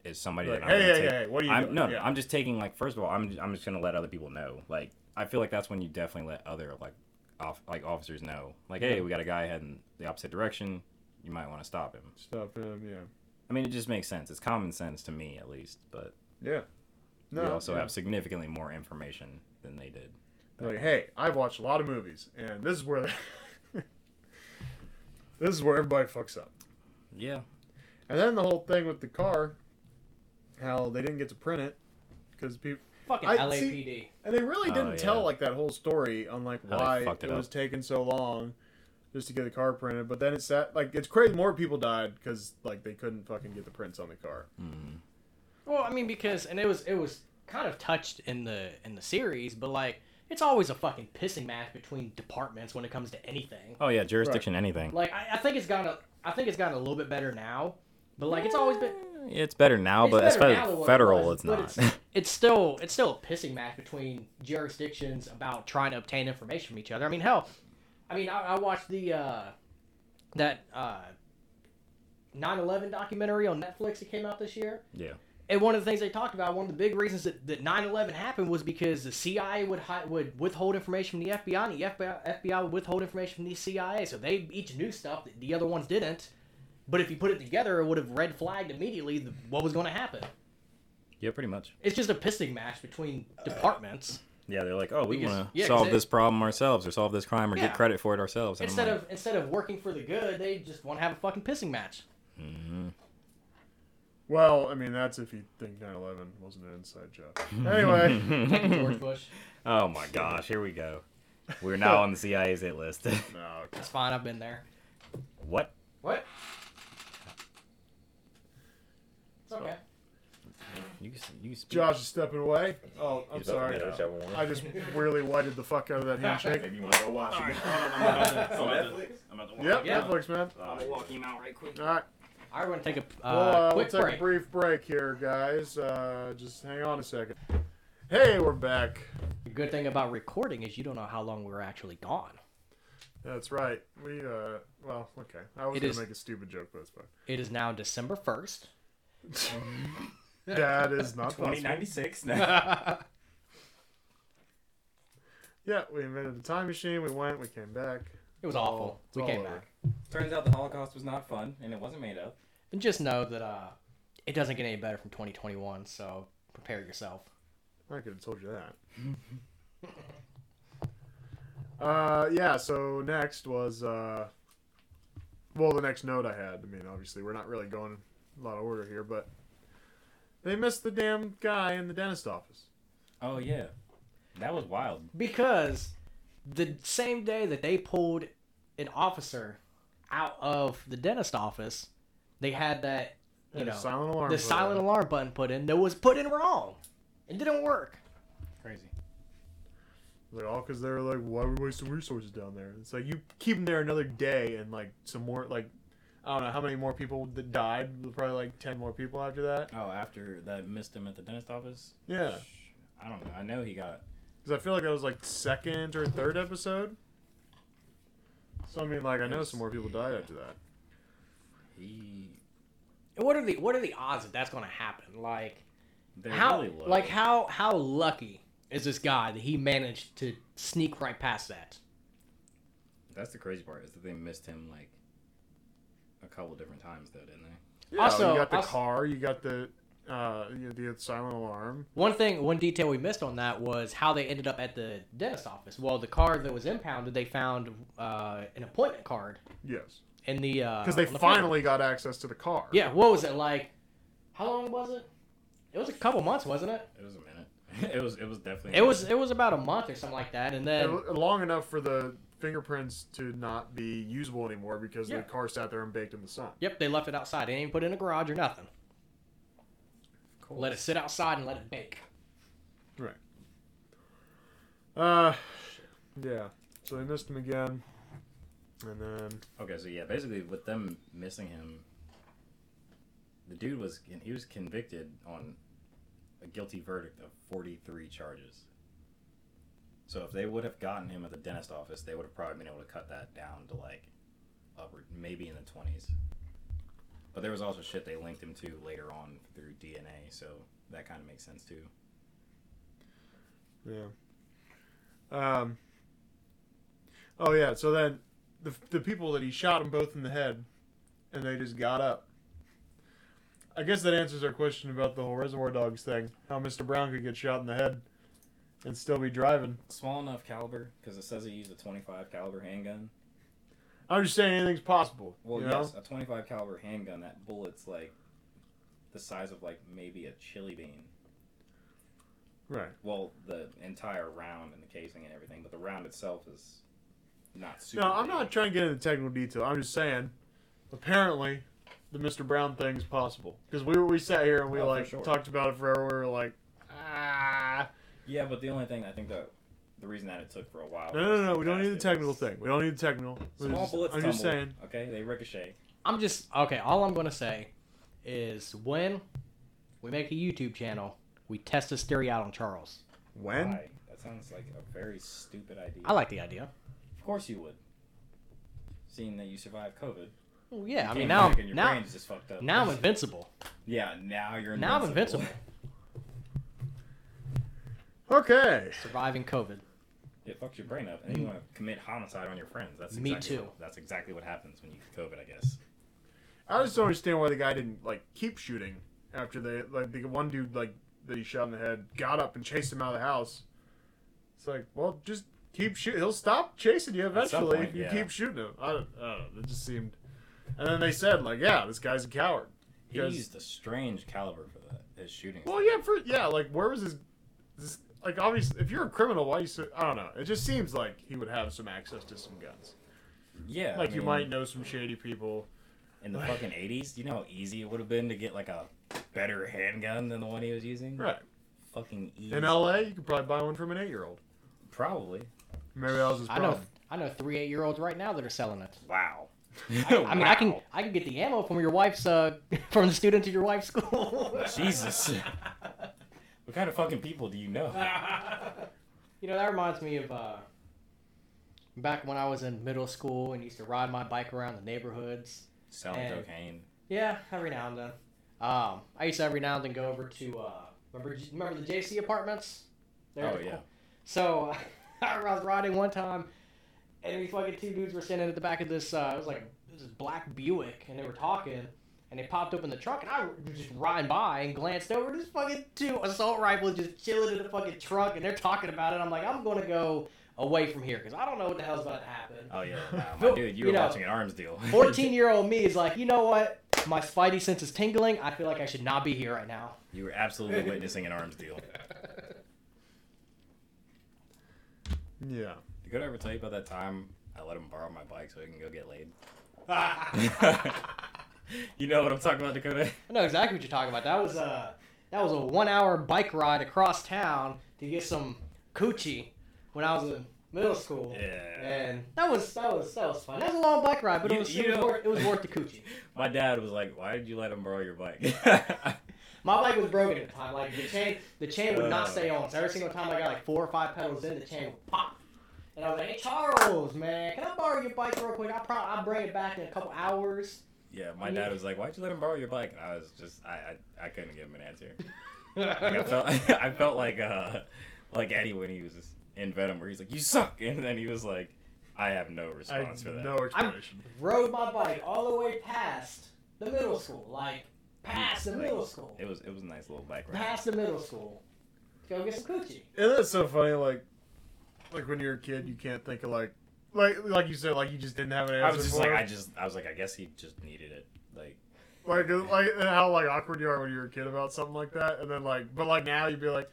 Speaker 3: is somebody
Speaker 1: like,
Speaker 3: that I'm
Speaker 1: hey,
Speaker 3: gonna
Speaker 1: hey,
Speaker 3: take.
Speaker 1: hey, what are you
Speaker 3: I'm,
Speaker 1: doing?
Speaker 3: no, no,
Speaker 1: Yeah.
Speaker 3: I'm just taking like first of all, I'm I'm just gonna let other people know. Like I feel like that's when you definitely let other like off like officers know. Like hey, we got a guy heading the opposite direction. You might want to stop him.
Speaker 1: stop him, um, yeah.
Speaker 3: I mean, it just makes sense. It's common sense to me at least. But
Speaker 1: Yeah. No,
Speaker 3: we also
Speaker 1: yeah.
Speaker 3: have significantly more information than they did.
Speaker 1: like, hey, I've watched a lot of movies, and this is where this is where everybody fucks up.
Speaker 3: Yeah.
Speaker 1: And then the whole thing with the car, how they didn't get to print it because people,
Speaker 2: Fucking
Speaker 1: I-
Speaker 2: LAPD.
Speaker 1: and they really
Speaker 3: Oh,
Speaker 1: didn't tell
Speaker 3: yeah.
Speaker 1: like that whole story on like
Speaker 3: How they
Speaker 1: why
Speaker 3: fucked
Speaker 1: it,
Speaker 3: it
Speaker 1: was
Speaker 3: up.
Speaker 1: taking so long just to get the car printed. But then it's that like it's crazy. More people died because like they couldn't fucking get the prints on the car.
Speaker 2: Well, I mean, because and it was it was kind of touched in the in the series, but like it's always a fucking pissing match between departments when it comes to anything.
Speaker 3: Oh yeah, jurisdiction, anything.
Speaker 2: Like I, I think it's gotten a, I think it's gotten a little bit better now, but like it's always been
Speaker 3: It's better now,
Speaker 2: It's
Speaker 3: Oh, but as
Speaker 2: better
Speaker 3: far
Speaker 2: now than what
Speaker 3: as
Speaker 2: it
Speaker 3: federal,
Speaker 2: was,
Speaker 3: it's
Speaker 2: but
Speaker 3: not.
Speaker 2: it's still it's still a pissing match between jurisdictions about trying to obtain information from each other. I mean, hell, I mean, I, I watched the uh, that uh, 9/11 documentary on Netflix that came out this year.
Speaker 3: yeah.
Speaker 2: And one of the things they talked about, one of the big reasons that, that 9-11 happened was because the CIA would hi- would withhold information from the FBI, and the FBI, FBI would withhold information from the CIA. So they each knew stuff that the other ones didn't. But if you put it together, it would have red flagged immediately the, what was going to happen.
Speaker 3: Yeah, pretty much.
Speaker 2: It's just a pissing match between departments.
Speaker 3: Yeah, they're like, oh, we
Speaker 2: Because-
Speaker 3: want to
Speaker 2: yeah, 'cause
Speaker 3: solve
Speaker 2: it-
Speaker 3: this problem ourselves or solve this crime or
Speaker 2: Yeah.
Speaker 3: get credit for it ourselves. And I'm
Speaker 2: instead
Speaker 3: like,
Speaker 2: of instead of working for the good, they just want to have a fucking pissing match.
Speaker 1: Well, I mean, that's if you think 9 11 wasn't an inside job. Anyway,
Speaker 3: "Hmm."
Speaker 2: George Bush.
Speaker 3: oh my gosh, here we go. We're now on the CIA's hit list.
Speaker 1: no, okay.
Speaker 2: That's fine. I've been there.
Speaker 3: what?
Speaker 2: What? It's okay.
Speaker 3: You can s- you can speak.
Speaker 1: Josh is stepping away. Oh, I'm
Speaker 4: He's up
Speaker 1: sorry.
Speaker 4: there, whichever one.
Speaker 1: I just weirdly whited the fuck out of that handshake.
Speaker 4: Maybe you want to go watch it.
Speaker 5: I'm about to- I'm about to walk
Speaker 1: Yep,
Speaker 2: Yeah.
Speaker 1: Netflix, man.
Speaker 5: out.
Speaker 3: out right quick.
Speaker 1: All right.
Speaker 2: All right, we're gonna take a uh,
Speaker 1: well, uh, we'll
Speaker 2: quick
Speaker 1: take
Speaker 2: break.
Speaker 1: a brief break here, guys. Uh, just hang on a second. Hey, we're back.
Speaker 2: The good thing about recording is you don't know how long we were actually gone.
Speaker 1: That's right. We, uh, well, okay. I was
Speaker 2: It
Speaker 1: going
Speaker 2: is-
Speaker 1: to make a stupid joke, but it's fine.
Speaker 2: It is now December first.
Speaker 1: That is not possible.
Speaker 3: 2096 now.
Speaker 1: Yeah, we invented the time machine. We went, we came back.
Speaker 2: It was
Speaker 1: It's all-
Speaker 2: awful.
Speaker 1: it's
Speaker 2: We
Speaker 1: all
Speaker 2: came
Speaker 1: over.
Speaker 2: back.
Speaker 3: Turns out the Holocaust was not fun, and it wasn't made up.
Speaker 2: And just know that uh, it doesn't get any better from 2021. So prepare yourself.
Speaker 1: I could have told you that. uh, yeah. So next was uh, well, the next note I had. I mean, obviously, we're not really going a lot of order here, but they missed the damn guy in the dentist office.
Speaker 3: Oh yeah, that was wild.
Speaker 2: because the same day that they pulled an officer out of the dentist office, they had that you
Speaker 1: And a
Speaker 2: know
Speaker 1: silent alarm.
Speaker 2: the
Speaker 1: put
Speaker 2: silent
Speaker 1: on.
Speaker 2: alarm button put in that was put in wrong. It didn't work.
Speaker 3: Crazy.
Speaker 1: Like all because they were like, why are we wasting resources down there? It's like you keep them there another day, and like some more like. I don't know how many more people that died. Probably like ten more people after that.
Speaker 3: Oh, after that, missed him at the dentist office.
Speaker 1: Yeah,
Speaker 3: I don't know. I know he got.
Speaker 1: because I feel like that was like second or third episode. So I mean, like I know some more people died after that.
Speaker 3: He.
Speaker 2: And what are the what are the odds that that's going to happen? Like
Speaker 3: They're
Speaker 2: how
Speaker 3: really low.
Speaker 2: like how how lucky is this guy that he managed to sneak right past that?
Speaker 3: That's the crazy part is that they missed him like a couple different times though, didn't they?
Speaker 1: Yeah,
Speaker 2: Also-
Speaker 1: Uh, you got the
Speaker 2: also-
Speaker 1: car, you got the uh, you know, the silent alarm.
Speaker 2: One thing, one detail we missed on that was how they ended up at the dentist office. Well, the car that was impounded, they found uh, an appointment card
Speaker 1: Yes,
Speaker 2: in Uh, the
Speaker 1: because
Speaker 2: because
Speaker 1: they finally got access to the car.
Speaker 2: yeah. What was it like? How long was it? It was a couple months, wasn't it?
Speaker 3: It was a minute. it was. It was definitely.
Speaker 2: It was it was about a month or something like that,
Speaker 1: And
Speaker 2: and then
Speaker 1: l- long enough for the fingerprints to not be usable anymore because
Speaker 2: Yeah.
Speaker 1: the car sat there and baked in the sun.
Speaker 2: yep, they left it outside. They didn't even put it in a garage or nothing. Let it sit outside and let it bake.
Speaker 1: Right. Uh, yeah. So they missed him again, and then
Speaker 3: Okay, so yeah, basically with them missing him, the dude was he was convicted on a guilty verdict of forty three charges. So if they would have gotten him at the dentist office, they would have probably been able to cut that down to like upward, maybe in the twenties. But there was also shit they linked him to later on through DNA, so that kind of makes sense too.
Speaker 1: Yeah. Um. Oh yeah. So then, the the people that he shot him both in the head, and they just got up. I guess that answers our question about the whole Reservoir Dogs thing. How Mr. Brown could get shot in the head, and still be driving.
Speaker 3: Small enough caliber because it says he used a twenty five caliber handgun.
Speaker 1: I'm just saying anything's possible.
Speaker 3: Well,
Speaker 1: you know?
Speaker 3: yes, a 25 caliber handgun. That bullet's like the size of like maybe a chili bean.
Speaker 1: Right.
Speaker 3: Well, the entire round and the casing and everything, but the round itself is not super.
Speaker 1: No, I'm
Speaker 3: big.
Speaker 1: not trying to get into technical detail. I'm just saying, apparently, the Mr. Brown thing's possible because we were we sat here and we
Speaker 3: Oh, for
Speaker 1: like
Speaker 3: sure.
Speaker 1: talked about it forever. We were like, ah.
Speaker 3: Yeah, but the only thing I think that the reason that it took for a while.
Speaker 1: No, no, no. We don't
Speaker 3: was
Speaker 1: need the
Speaker 3: it
Speaker 1: technical
Speaker 3: was
Speaker 1: thing. We don't need the technical. We
Speaker 3: Small
Speaker 1: just-
Speaker 3: bullets.
Speaker 1: I'm just
Speaker 3: tumble,
Speaker 1: saying.
Speaker 3: Okay, they ricochet.
Speaker 2: I'm just okay. All I'm gonna say is when we make a YouTube channel, we test this theory out on Charles.
Speaker 1: When?
Speaker 3: Why? That sounds like a very stupid idea.
Speaker 2: I like the idea.
Speaker 3: Of course you would. Seeing that you survived COVID.
Speaker 2: Well, yeah, I
Speaker 3: Came
Speaker 2: mean now
Speaker 3: back and
Speaker 2: I'm
Speaker 3: your
Speaker 2: now,
Speaker 3: brain's just fucked up.
Speaker 2: now I'm invincible.
Speaker 3: Yeah, now you're invincible.
Speaker 2: Now I'm invincible.
Speaker 1: Okay.
Speaker 2: Surviving COVID.
Speaker 3: It fucks your brain up, and then you want to commit homicide on your friends. That's
Speaker 2: Me
Speaker 3: exactly
Speaker 2: too.
Speaker 3: that's exactly what happens when you get COVID, I guess.
Speaker 1: I just don't understand why the guy didn't like keep shooting after they like the one dude like that he shot in the head got up and chased him out of the house. It's like, well, just keep shoot. He'll stop chasing you
Speaker 3: some
Speaker 1: eventually
Speaker 3: point,
Speaker 1: if you
Speaker 3: yeah.
Speaker 1: keep shooting him. I don't, I don't know. It just seemed. And then they said like, yeah, this guy's a coward.
Speaker 3: He
Speaker 1: Because-
Speaker 3: used a strange caliber for that. His shooting.
Speaker 1: Well, yeah, for yeah, like where was his? This, like obviously, if you're a criminal, why you? s- I don't know. It just seems like he would have some access to some guns.
Speaker 3: yeah.
Speaker 1: Like
Speaker 3: I
Speaker 1: you
Speaker 3: mean,
Speaker 1: might know some shady people.
Speaker 3: in the fucking eighties. You know how easy it would have been to get like a better handgun than the one he was using.
Speaker 1: Right.
Speaker 3: Fucking easy.
Speaker 1: In L.A., you could probably buy one from an eight-year-old.
Speaker 3: Probably.
Speaker 1: Maybe that was his
Speaker 2: I know
Speaker 1: problem.
Speaker 2: I know three eight year olds right now that are selling it.
Speaker 3: Wow.
Speaker 2: I mean, I can I can get the ammo from your wife's uh from the students at your wife's school.
Speaker 3: Jesus. what kind of fucking people do you know?
Speaker 2: you know that reminds me of uh, back when I was in middle school and used to ride my bike around the neighborhoods.
Speaker 3: Selling
Speaker 2: And-
Speaker 3: cocaine.
Speaker 2: Yeah, every now and then. Um, I used to every now and then go over to uh, remember remember the JC apartments. They're at
Speaker 3: Oh
Speaker 2: the
Speaker 3: yeah.
Speaker 2: So I was riding one time, and these fucking two dudes were standing at the back of this. Uh, it was like this is black Buick, and they were talking, and they popped open the truck, and I was just riding by and glanced over. This fucking two assault rifles just chilling in the fucking truck, and they're talking about it. I'm like, I'm gonna go away from here because I don't know what the hell's about to happen.
Speaker 3: Oh yeah. Nah,
Speaker 2: Well,
Speaker 3: my dude, you,
Speaker 2: you
Speaker 3: were
Speaker 2: know,
Speaker 3: watching an arms deal.
Speaker 2: 14 year old me is like, you know what? My spidey sense is tingling. I feel like I should not be here right now.
Speaker 3: you were absolutely witnessing an arms deal.
Speaker 1: Yeah.
Speaker 3: Did I ever tell you about that time I let him borrow my bike so he can go get laid? you know what I'm talking about, Dakota?
Speaker 2: I know exactly what you're talking about. That was a that was a one hour bike ride across town to get some coochie when I was in middle school.
Speaker 3: Yeah.
Speaker 2: And that was that was that was fun. That was a long bike ride, but it
Speaker 3: You-
Speaker 2: was
Speaker 3: you
Speaker 2: it, was
Speaker 3: know-
Speaker 2: worth, it was worth the coochie.
Speaker 3: My dad was like, "Why did you let him borrow your bike?"
Speaker 2: My bike was broken at the time. Like the chain the chain would
Speaker 3: Uh.
Speaker 2: not stay on. So every single time I got like four or five pedals in, the chain would pop. And I was like, "Hey Charles, man, can I borrow your bike real quick? I probably I'll bring it back in a couple hours."
Speaker 3: yeah, my dad was like, "Why'd you let him borrow your bike?" And I was just, I, I, I couldn't give him an answer. Like, I felt, I felt like, uh, like Eddie when he was in Venom, where he's like, "You suck," and then he was like, "I have no
Speaker 1: I
Speaker 3: response
Speaker 1: have
Speaker 3: for that."
Speaker 1: no explanation.
Speaker 2: Rode my bike all the way past the middle school, like past the
Speaker 3: Like,
Speaker 2: middle school.
Speaker 3: It was, it was a nice little bike ride.
Speaker 2: past the middle school to go get some coochie.
Speaker 1: And that's so funny. Like, like when you're a kid, you can't think of like, like like you said, like you just didn't have an answer.
Speaker 3: I was just
Speaker 1: for
Speaker 3: like,
Speaker 1: it.
Speaker 3: I just, I was like, I guess he just needed it. Like,
Speaker 1: like uh, like and how like awkward you are when you're a kid about something like that, and then like, but like now you'd be like,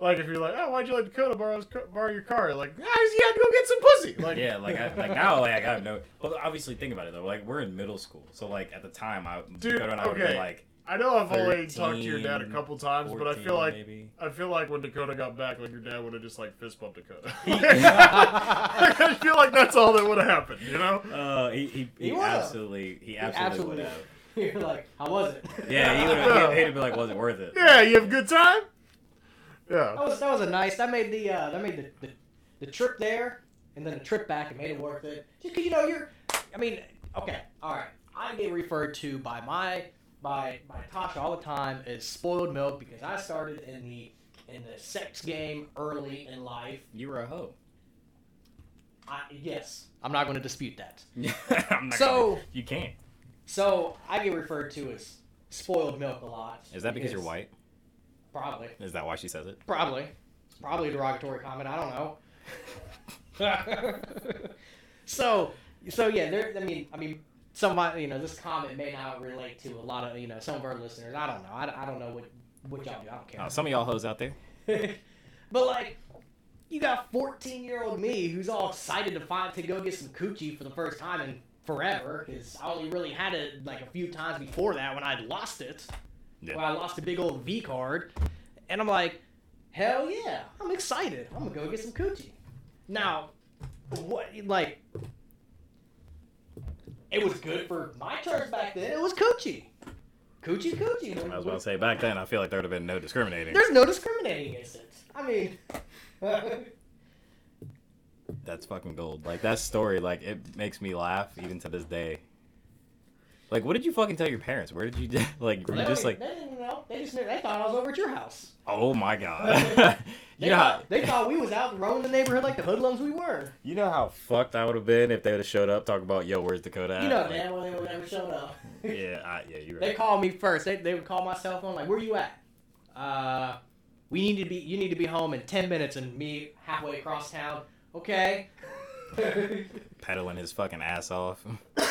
Speaker 1: like if you're like, oh, why'd you let Dakota borrow his, ca- borrow your car? Like, ah, he had to go get some pussy. Like,
Speaker 3: yeah, like I like now, like I have no. Well, obviously, think about it though. Like we're in middle school, so like at the time, I
Speaker 1: Dude,
Speaker 3: Dakota and I would
Speaker 1: okay.
Speaker 3: be like,
Speaker 1: I know I've only talked to your
Speaker 3: 13,
Speaker 1: dad a couple times, but I
Speaker 3: 14
Speaker 1: feel like
Speaker 3: maybe.
Speaker 1: I feel like when Dakota got back, like your dad would have just like fist bumped Dakota. I feel like that's all that would have happened, you know?
Speaker 3: Uh, he he, he,
Speaker 2: He would've.
Speaker 3: absolutely he absolutely would have.
Speaker 2: You're like, how was it?
Speaker 3: Yeah, he would
Speaker 1: Yeah.
Speaker 3: have. He'd have been like, was it worth it?
Speaker 1: Yeah, you have a good time.
Speaker 2: That
Speaker 1: Yeah,
Speaker 2: was that was a nice. That made the uh, that made the, the the trip there and then the trip back. It made it worth it. Just 'cause, you know you're. I mean, okay, all right. I get referred to by my by by Tasha all the time as spoiled milk because I started in the in the sex game early in life.
Speaker 3: You were a hoe.
Speaker 2: I, yes, I'm not going to dispute that.
Speaker 3: I'm not
Speaker 2: So-
Speaker 3: gonna- you can't.
Speaker 2: So I get referred to as spoiled milk a lot.
Speaker 3: Is that because you're white?
Speaker 2: Probably.
Speaker 3: Is that why she says it?
Speaker 2: Probably. It's probably a derogatory comment. I don't know. so, so yeah, there. I mean, I mean, somebody, you know, this comment may not relate to a lot of, you know, some of our listeners. I don't know. I, I don't know what what y'all do. I don't care.
Speaker 3: Oh, some of y'all hoes out there.
Speaker 2: but like, you got fourteen year old me who's all excited to find to go get some coochie for the first time in forever because I only really had it like a few times before that when I lost it.
Speaker 3: Yeah.
Speaker 2: When I lost a big old V card, and I'm like, hell yeah, I'm excited. I'm gonna go get some coochie. Now, what like? It was good for my terms back then. It was coochie. Coochie's coochie.
Speaker 3: I was about to say back then. I feel like there would have been no discriminating.
Speaker 2: There's no discriminating against it. I mean,
Speaker 3: That's fucking gold. Like that story, like it makes me laugh even to this day. Like, what did you fucking tell your parents? Where did you like? Were
Speaker 2: they
Speaker 3: you just
Speaker 2: don't-
Speaker 3: like,
Speaker 2: they didn't know. They just knew. They thought I was over at your house.
Speaker 3: oh my god.
Speaker 2: They
Speaker 3: you know how
Speaker 2: thought, they thought we was out roaming the neighborhood like the hoodlums we were.
Speaker 3: you know how fucked I would have been if they would have showed up talking about yo, where's Dakota? at?"
Speaker 2: You know,
Speaker 3: Like,
Speaker 2: man, when they would never showed up.
Speaker 3: Yeah, I, yeah, you're
Speaker 2: They
Speaker 3: right.
Speaker 2: called me first. They, they would call my cell phone like, "Where you at? Uh, we need to be. You need to be home in ten minutes." And me halfway across town. Okay.
Speaker 3: Peddling his fucking ass off. That's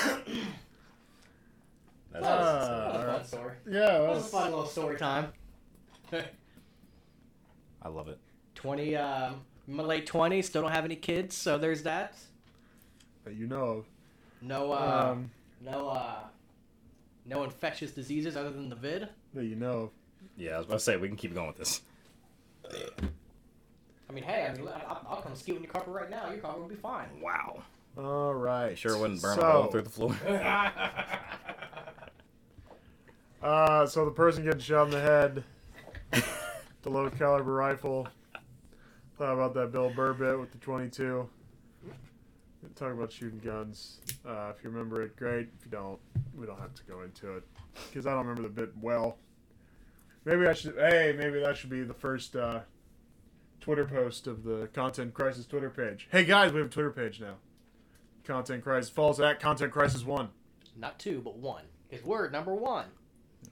Speaker 2: That was,
Speaker 1: Ah,
Speaker 2: that was a fun
Speaker 1: alright.
Speaker 2: story.
Speaker 1: Yeah,
Speaker 2: That
Speaker 1: that
Speaker 2: was a
Speaker 1: was,
Speaker 2: fun little story time.
Speaker 3: I love it.
Speaker 2: 20, um, my late 20s, still don't have any kids, so there's that.
Speaker 1: that you know.
Speaker 2: No,
Speaker 1: of.
Speaker 2: uh,
Speaker 1: Um,
Speaker 2: no, uh, no infectious diseases other than the vid.
Speaker 1: that you know. of.
Speaker 3: Yeah, I was about to say we can keep going with this.
Speaker 2: I mean, hey, I mean, I'll, I'll come ski on your carpet right now. Your carpet will be fine.
Speaker 3: Wow.
Speaker 1: All right.
Speaker 3: It sure wouldn't burn
Speaker 1: so,
Speaker 3: a hole through the floor.
Speaker 1: Uh, so the person getting shot in the head, the low caliber rifle. Thought about that Bill Burr bit with the 22. Talk about shooting guns. Uh, if you remember it, great. If you don't, we don't have to go into it because I don't remember the bit well. Maybe I should. Hey, maybe that should be the first uh, Twitter post of the Content Crisis Twitter page. Hey guys, we have a Twitter page now. Content Crisis falls at Content Crisis One.
Speaker 2: Not two, but one. His word, number one.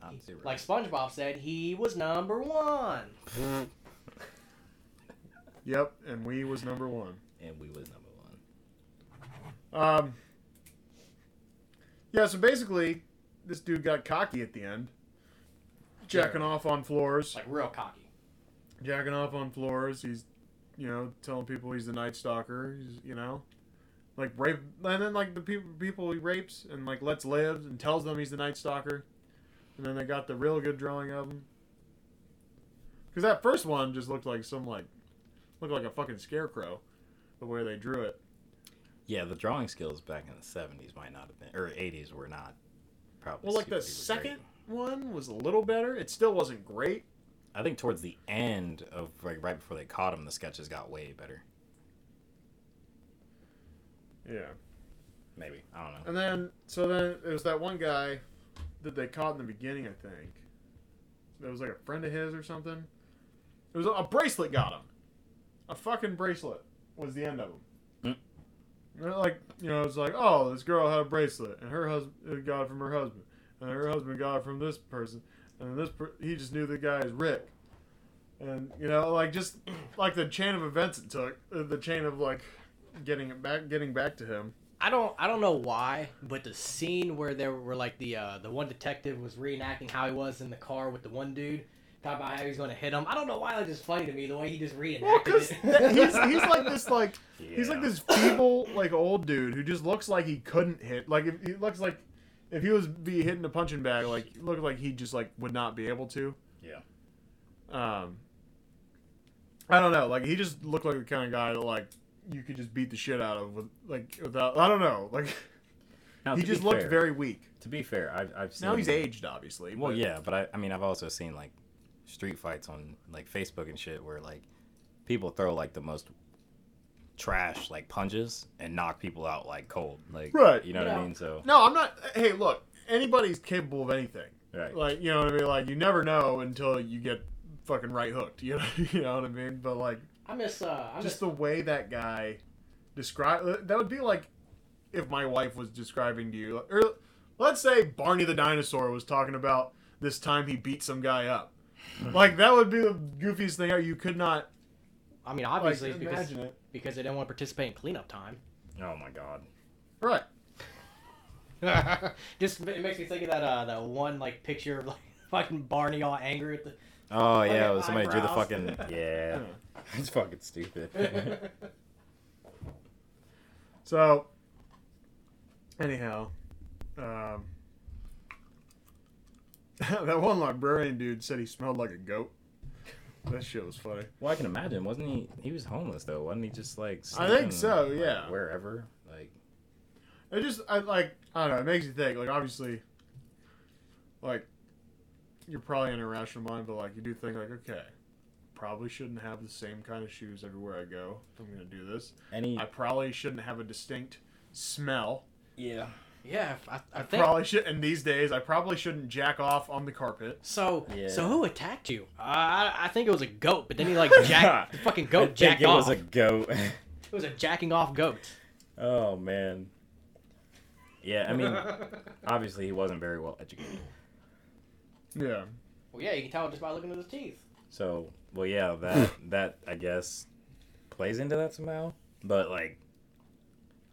Speaker 3: Not zero.
Speaker 2: Like SpongeBob said, he was number one.
Speaker 1: Yep, and we was number one.
Speaker 3: and we was number one.
Speaker 1: Um, yeah, so basically, this dude got cocky at the end, jacking off on floors,
Speaker 2: Like real cocky.
Speaker 1: jacking off on floors. He's, you know, telling people he's the Night Stalker. He's, you know, like rape, and then like the people people he rapes and like lets live and tells them he's the Night Stalker, and then they got the real good drawing of him. Because that first one just looked like some like looked like a fucking scarecrow, the way they drew it.
Speaker 3: Yeah, the drawing skills back in the seventies might not have been or eighties were not probably.
Speaker 1: Well, like the
Speaker 3: super great.
Speaker 1: second one was a little better. It still wasn't great.
Speaker 3: I think towards the end of like right before they caught him, the sketches got way better.
Speaker 1: Yeah.
Speaker 3: Maybe I don't know.
Speaker 1: And then, so then it was that one guy that they caught in the beginning, I think. It was like a friend of his or something. It was a, a bracelet got him. A fucking bracelet was the end of him. And it, Like, you know, it's like, oh, this girl had a bracelet, and her husband got it from her husband, and her husband got it from this person, and this per- he just knew the guy is Rick. And, you know, like just like the chain of events it took, uh, the chain of like getting it back, getting back to him.
Speaker 2: I don't I don't know why, but the scene where there were like the uh, the one detective was reenacting how he was in the car with the one dude, talking about how he's gonna hit him. I don't know why that's just funny to me the way he just
Speaker 1: Well,
Speaker 2: reenacted
Speaker 1: because
Speaker 2: it.
Speaker 1: he's, he's like this like he's like
Speaker 3: Yeah.
Speaker 1: this feeble like old dude who just looks like he couldn't hit like if he looks like if he was be hitting a punching bag like looked like he just like would not be able to
Speaker 3: Yeah.
Speaker 1: um I don't know like he just looked like the kind of guy that like you could just beat the shit out of with like without I don't know like
Speaker 3: Now,
Speaker 1: he
Speaker 3: to
Speaker 1: just
Speaker 3: be
Speaker 1: looked
Speaker 3: fair-
Speaker 1: very weak
Speaker 3: To be fair, I've, I've seen.
Speaker 1: now he's aged obviously
Speaker 3: Well,
Speaker 1: but-
Speaker 3: yeah, but I, I mean, I've also seen like street fights on like Facebook and shit where like people throw like the most trash like punches and knock people out like cold, like
Speaker 1: Right.
Speaker 3: You know what
Speaker 2: Yeah.
Speaker 3: I mean? So
Speaker 1: no I'm not hey look anybody's capable of anything
Speaker 3: right,
Speaker 1: Like you know what I mean? Like you never know until you get fucking right hooked. You know, you know what I mean? But like
Speaker 2: I miss uh I miss
Speaker 1: just the way that guy described that would be like if my wife was describing to you, or let's say Barney the dinosaur was talking about this time he beat some guy up. like that would be the goofiest thing ever. You could not
Speaker 2: I mean
Speaker 1: like,
Speaker 2: obviously it's because
Speaker 1: imagine it.
Speaker 2: because they didn't want to participate in cleanup time.
Speaker 3: oh my god,
Speaker 1: Right.
Speaker 2: just it makes me think of that uh that one like picture of like fucking Barney all angry at the
Speaker 3: oh yeah,
Speaker 2: Fucking
Speaker 3: somebody drew the
Speaker 2: eyebrows.
Speaker 3: fucking yeah, it's fucking stupid.
Speaker 1: So, anyhow, um, that one librarian dude said he smelled like a goat. That shit was funny.
Speaker 3: well, I can imagine, wasn't he? He was homeless though, wasn't he? Just like
Speaker 1: I think
Speaker 3: sleeping,
Speaker 1: so,
Speaker 3: like,
Speaker 1: yeah.
Speaker 3: wherever, like
Speaker 1: It just, I like, I don't know. It makes you think. Like, obviously, like you're probably in a rational mind, but like you do think, like, okay, probably shouldn't have the same kind of shoes everywhere I go if I'm gonna do this.
Speaker 3: any
Speaker 1: I probably shouldn't have a distinct smell.
Speaker 3: yeah.
Speaker 2: Yeah, I, I think
Speaker 1: Probably should. And these days, I probably shouldn't jack off on the carpet.
Speaker 2: so.
Speaker 3: Yeah.
Speaker 2: So who attacked you? Uh, I I think it was a goat, but then he like jack the fucking
Speaker 3: I
Speaker 2: goat
Speaker 3: think
Speaker 2: jacked
Speaker 3: it
Speaker 2: off.
Speaker 3: was a goat.
Speaker 2: It was a jacking off goat.
Speaker 3: Oh man. Yeah, I mean, obviously he wasn't very well educated.
Speaker 1: Yeah.
Speaker 2: Well, yeah, you can tell just by looking at his teeth.
Speaker 3: So, well, yeah, that
Speaker 1: Hmm.
Speaker 3: that I guess plays into that somehow. But like,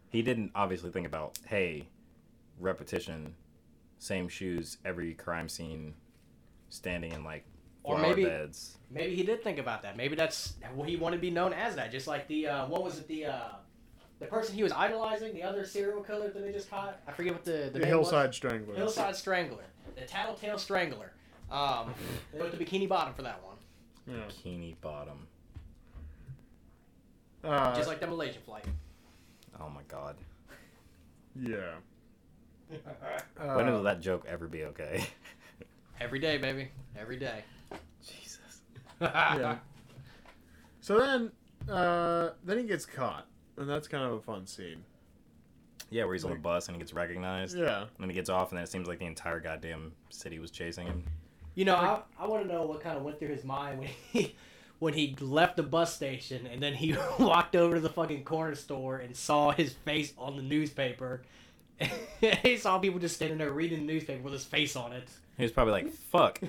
Speaker 3: he didn't obviously think about hey, repetition same shoes every crime scene, standing in like
Speaker 2: Or
Speaker 3: flower
Speaker 2: maybe-
Speaker 3: beds.
Speaker 2: Maybe he did think about that. Maybe that's what he wanted to be known as. That just like the uh, what was it the uh, the person he was idolizing, the other serial killer that they just caught. I forget what the
Speaker 1: The
Speaker 2: the, name was.
Speaker 1: Hillside Strangler.
Speaker 2: Hillside Strangler, the Tattletale Strangler. Um, they went to Bikini Bottom for that one,
Speaker 1: Yeah.
Speaker 3: Bikini bottom.
Speaker 1: Uh,
Speaker 2: just like the Malaysian flight.
Speaker 3: Oh my god.
Speaker 1: yeah. Uh,
Speaker 3: when will that joke ever be okay?
Speaker 2: Every day, baby, every day.
Speaker 3: Jesus.
Speaker 1: Uh, yeah. So then, uh, then he gets caught, and that's kind of a fun scene.
Speaker 3: Yeah, where he's on the bus and he gets recognized.
Speaker 1: Yeah.
Speaker 3: And then he gets off, and then it seems like the entire goddamn city was chasing him.
Speaker 2: You know, I, I want to know what kind of went through his mind when he when he left the bus station and then he walked over to the fucking corner store and saw his face on the newspaper. he saw people just standing there reading the newspaper with his face on it.
Speaker 3: He was probably like, "Fuck."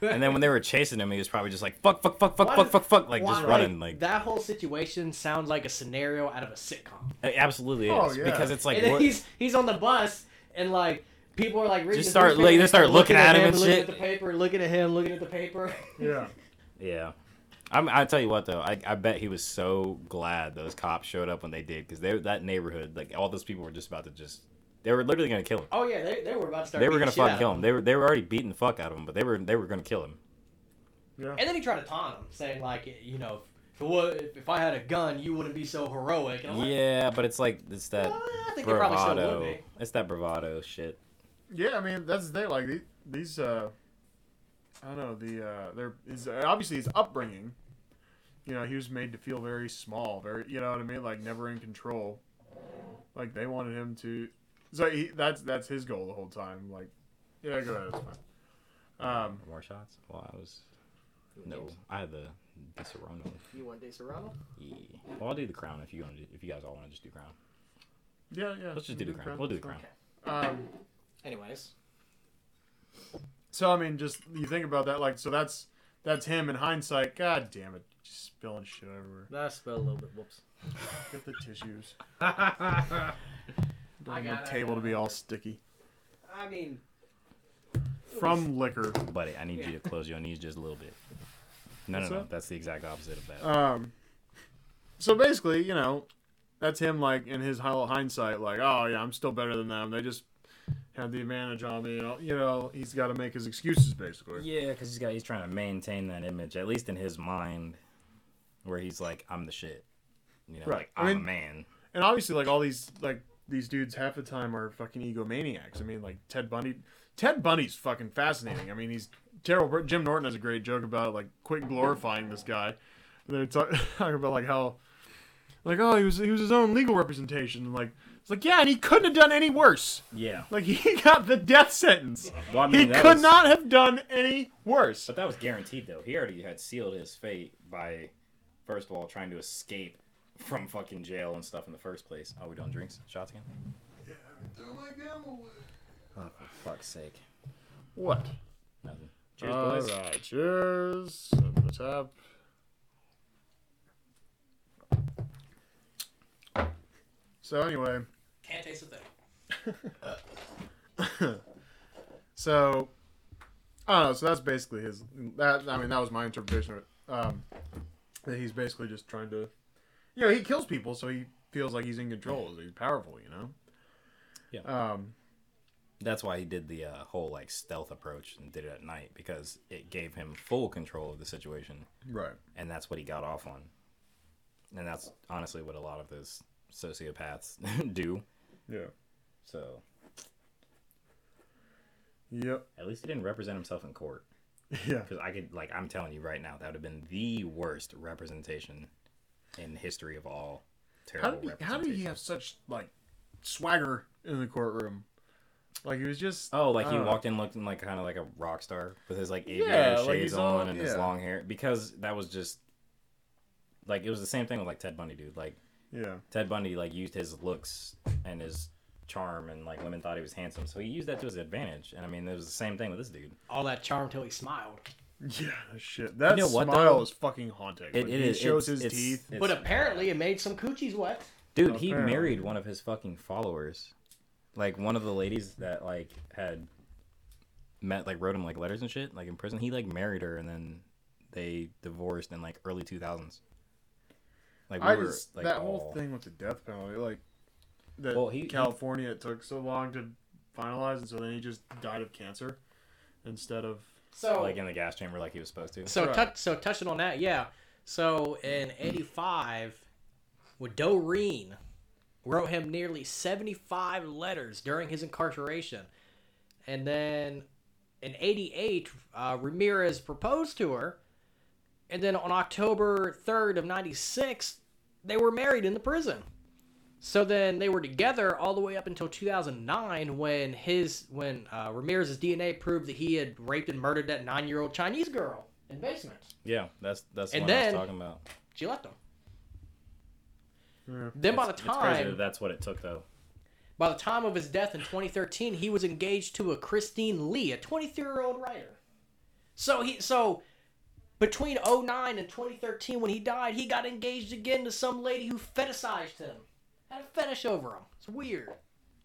Speaker 3: and then when they were chasing him, he was probably just like, "Fuck, fuck, fuck, fuck,
Speaker 2: Why
Speaker 3: fuck,
Speaker 2: did-
Speaker 3: fuck, fuck," like
Speaker 2: Why-
Speaker 3: just running. Like
Speaker 2: that whole situation sounds like a scenario out of a sitcom.
Speaker 3: it absolutely is
Speaker 1: Oh, yeah.
Speaker 3: because it's like
Speaker 2: and then
Speaker 3: what,
Speaker 2: he's he's on the bus and like people are like reading
Speaker 3: Just
Speaker 2: the
Speaker 3: start-
Speaker 2: newspaper,
Speaker 3: like, they start looking at him and
Speaker 2: looking
Speaker 3: shit.
Speaker 2: at the paper, looking at him, looking at the paper.
Speaker 1: Yeah.
Speaker 3: yeah. I'm, I tell you what though, I, I bet he was so glad those cops showed up when they did because they that neighborhood, like all those people were just about to just, they were literally gonna kill him.
Speaker 2: Oh yeah, they, they were about to start.
Speaker 3: They were
Speaker 2: beating
Speaker 3: gonna
Speaker 2: the shit out
Speaker 3: fucking
Speaker 2: of
Speaker 3: kill him. They were they were already beating the fuck out of him, but they were they were gonna kill him.
Speaker 1: Yeah.
Speaker 2: And then he tried to taunt him, saying like, you know, if, it wa- if I had a gun, you wouldn't be so heroic. And I'm like,
Speaker 3: Yeah, but it's like it's that
Speaker 2: "Well, Uh, I think it probably still would
Speaker 3: bravado.
Speaker 2: be.
Speaker 3: It's that bravado shit.
Speaker 1: Yeah, I mean that's the thing. Like the- these, uh, I don't know. The uh, there is obviously his upbringing. You know, he was made to feel very small, very you know what I mean, like never in control. Like they wanted him to, so he, that's that's his goal the whole time. Like, yeah, go ahead, it's fine. Um,
Speaker 3: More shots? Well, I was no, I had the the Serrano.
Speaker 2: You want Dave Serrano?
Speaker 3: Yeah. Well, I'll do the crown if you want to. If you guys all want to just do crown,
Speaker 1: yeah, yeah.
Speaker 3: let's just do the crown. We'll do the crown.
Speaker 1: Um,
Speaker 2: Anyways,
Speaker 1: So I mean, just you think about that, like, so that's that's him in hindsight. God damn it, just spilling shit everywhere.
Speaker 2: that spelled a little bit. Whoops.
Speaker 1: Get the tissues.
Speaker 2: I
Speaker 1: Don't want
Speaker 2: got
Speaker 1: the
Speaker 2: it, I
Speaker 1: table
Speaker 2: got
Speaker 1: to be all sticky
Speaker 2: mean,
Speaker 1: from liquor.
Speaker 3: Buddy, I need
Speaker 2: Yeah.
Speaker 3: you to close your knees just a little bit. No,
Speaker 1: What's
Speaker 3: no, no.
Speaker 1: up?
Speaker 3: That's the exact opposite of that.
Speaker 1: Um, so basically, you know, that's him like in his hi- hindsight, like, oh yeah, I'm still better than them. They just had the advantage on me. You know, you know he's got to make his excuses basically.
Speaker 3: yeah, because he's got he's trying to maintain that image, at least in his mind, where he's like, I'm the shit. You know,
Speaker 1: Right.
Speaker 3: like
Speaker 1: I
Speaker 3: I'm a
Speaker 1: mean-
Speaker 3: man.
Speaker 1: and obviously like all these like these dudes half the time are fucking egomaniacs. I mean like Ted Bundy Ted Bundy's fucking fascinating. I mean he's terrible Jim Norton has a great joke about it, like quit glorifying this guy. And they're talk- talking about like how like oh he was he was his own legal representation and like it's like yeah and he couldn't have done any worse.
Speaker 3: Yeah.
Speaker 1: Like he got the death sentence.
Speaker 3: Well, I
Speaker 1: He
Speaker 3: that
Speaker 1: could
Speaker 3: was-
Speaker 1: not have done any worse.
Speaker 3: But that was guaranteed, though. He already had sealed his fate by, first of all, trying to escape from fucking jail and stuff in the first place. Are we doing drinks? Shots again? Oh, for fuck's sake.
Speaker 1: What?
Speaker 3: Nothing. Cheers,
Speaker 1: All
Speaker 3: boys.
Speaker 1: right, cheers. Open the tap. So anyway,
Speaker 2: can't taste a thing.
Speaker 1: so I don't know. So that's basically his. That I mean, that was my interpretation of it. Um, that he's basically just trying to, you know, he kills people, so he feels like he's in control. He's powerful, you know.
Speaker 3: Yeah.
Speaker 1: Um.
Speaker 3: That's why he did the uh, whole like stealth approach and did it at night because it gave him full control of the situation,
Speaker 1: Right.
Speaker 3: and that's what he got off on. And that's honestly what a lot of those sociopaths do.
Speaker 1: Yeah.
Speaker 3: So
Speaker 1: Yep.
Speaker 3: at least he didn't represent himself in court.
Speaker 1: Yeah.
Speaker 3: Because I could, like, I'm telling you right now, that would have been the worst representation in history of all
Speaker 1: How
Speaker 3: terrible
Speaker 1: did he, how did he
Speaker 3: representation.
Speaker 1: have such like swagger in the courtroom? Like he was just
Speaker 3: Oh, like he
Speaker 1: Uh,
Speaker 3: walked in looking like kind of like a rock star with his like aviator
Speaker 1: Yeah, like
Speaker 3: shades
Speaker 1: he's
Speaker 3: on
Speaker 1: all-
Speaker 3: and his
Speaker 1: yeah.
Speaker 3: long hair because that was just like it was the same thing with like Ted Bundy, dude. Like
Speaker 1: yeah.
Speaker 3: Ted Bundy like used his looks and his charm and like women thought he was handsome, so he used that to his advantage. And I mean, it was the same thing with this dude.
Speaker 2: All that charm till he smiled.
Speaker 1: Yeah, shit. That
Speaker 3: You know what,
Speaker 1: smile
Speaker 3: though?
Speaker 1: is fucking haunting.
Speaker 3: It,
Speaker 1: Like,
Speaker 3: it
Speaker 1: he
Speaker 3: is-
Speaker 1: shows
Speaker 3: it's-
Speaker 1: his
Speaker 3: it's-
Speaker 1: teeth.
Speaker 3: it's-
Speaker 2: But apparently, it made some coochies wet.
Speaker 3: Dude, he
Speaker 1: Oh, Apparently.
Speaker 3: married one of his fucking followers. Like one of the ladies that like had met like wrote him like letters and shit like in prison. He like married her and then they divorced in like early two thousands. Like
Speaker 1: I just
Speaker 3: like,
Speaker 1: that
Speaker 3: all-
Speaker 1: whole thing with the death penalty, like that
Speaker 3: Well, he- he-
Speaker 1: California it took so long to finalize, and so then he just died of cancer instead of
Speaker 2: So
Speaker 3: like in the gas chamber like he was supposed to.
Speaker 2: So
Speaker 1: Right.
Speaker 2: touch, so touching on that, yeah. So in '85, with Doreen wrote him nearly 75 letters during his incarceration, and then in '88, uh, Ramirez proposed to her, and then on October 3rd of '96, they were married in the prison. So then they were together all the way up until 2009 when his when uh, Ramirez's DNA proved that he had raped and murdered that nine year old Chinese girl in basement.
Speaker 3: yeah, that's that's
Speaker 2: And
Speaker 3: what I was
Speaker 2: then-
Speaker 3: talking about.
Speaker 2: She left him.
Speaker 1: yeah.
Speaker 2: Then by the
Speaker 3: It's- it's crazy
Speaker 2: time
Speaker 3: that Hmm. that's what it took though.
Speaker 2: by the time of his death in 2013, he was engaged to a Christine Lee, a 23 year old writer. So he so between 09 and 2013, when he died, he got engaged again to some lady who fetishized him, had a fetish over him. It's weird.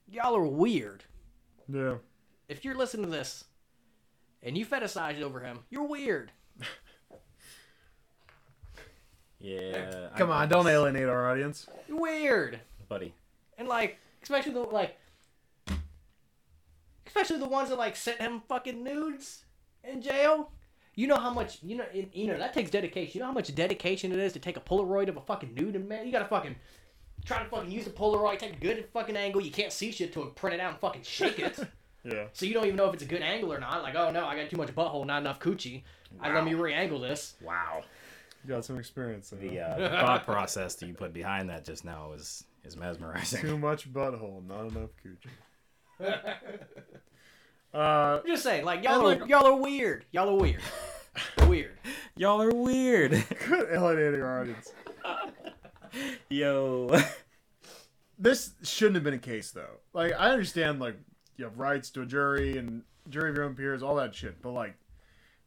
Speaker 2: Y'all are weird.
Speaker 1: yeah.
Speaker 2: if you're listening to this and you fetishize over him, you're weird.
Speaker 3: Yeah. I-
Speaker 1: Come on, don't alienate our audience.
Speaker 2: You're weird.
Speaker 3: buddy.
Speaker 2: And like, especially the like especially the ones that like sent him fucking nudes in jail. You know how much you know it, you know that takes dedication. You know how much dedication it is to take a Polaroid of a fucking nude and man, you gotta fucking try to fucking use the Polaroid, take a good fucking angle. You can't see shit till it print it out and fucking shake it.
Speaker 1: Yeah.
Speaker 2: So you don't even know if it's a good angle or not. Like, oh no, I got too much butthole, not enough coochie. I let me re-angle this.
Speaker 3: Wow.
Speaker 1: You got some experience. in
Speaker 3: The
Speaker 1: that.
Speaker 3: uh, thought process that you put behind that just now is is mesmerizing.
Speaker 1: Too much butthole, not enough coochie. uh,
Speaker 2: I'm just saying, like y'all
Speaker 1: Oh,
Speaker 2: are,
Speaker 1: God.
Speaker 2: y'all are weird. Y'all are weird. weird.
Speaker 3: Y'all are weird.
Speaker 1: good alienating our audience.
Speaker 3: Yo.
Speaker 1: This shouldn't have been a case though. Like I understand, like you have rights to a jury and jury of your own peers, all that shit. But like,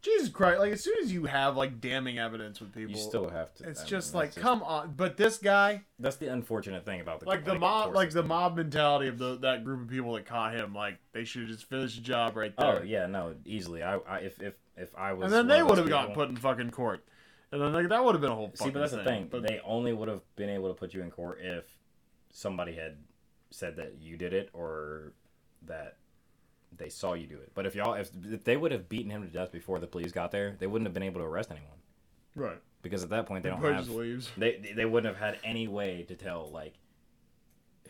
Speaker 1: Jesus Christ! Like as soon as you have like damning evidence with people,
Speaker 3: You still have to.
Speaker 1: it's
Speaker 3: I mean,
Speaker 1: just
Speaker 3: that's
Speaker 1: like come on. But this guy,
Speaker 3: That's the unfortunate thing about the
Speaker 1: like the
Speaker 3: like,
Speaker 1: mob,
Speaker 3: court
Speaker 1: like the
Speaker 3: system.
Speaker 1: mob mentality of the, that group of people that caught him, like they should have just finished the job right there.
Speaker 3: Oh yeah, no, easily. I, I if if if I was.
Speaker 1: and then
Speaker 3: one
Speaker 1: they
Speaker 3: of
Speaker 1: would
Speaker 3: those
Speaker 1: have gotten
Speaker 3: people-
Speaker 1: put in fucking court. And then like that would have been a whole
Speaker 3: See,
Speaker 1: fucking
Speaker 3: but that's
Speaker 1: thing.
Speaker 3: the thing.
Speaker 1: But
Speaker 3: They only would have been able to put you in court if somebody had said that you did it or that they saw you do it. But if y'all, if, if they would have beaten him to death before the police got there, they wouldn't have been able to arrest anyone
Speaker 1: right,
Speaker 3: because at that point they
Speaker 1: the
Speaker 3: don't
Speaker 1: coach
Speaker 3: have.
Speaker 1: just leaves.
Speaker 3: They they wouldn't have had any way to tell like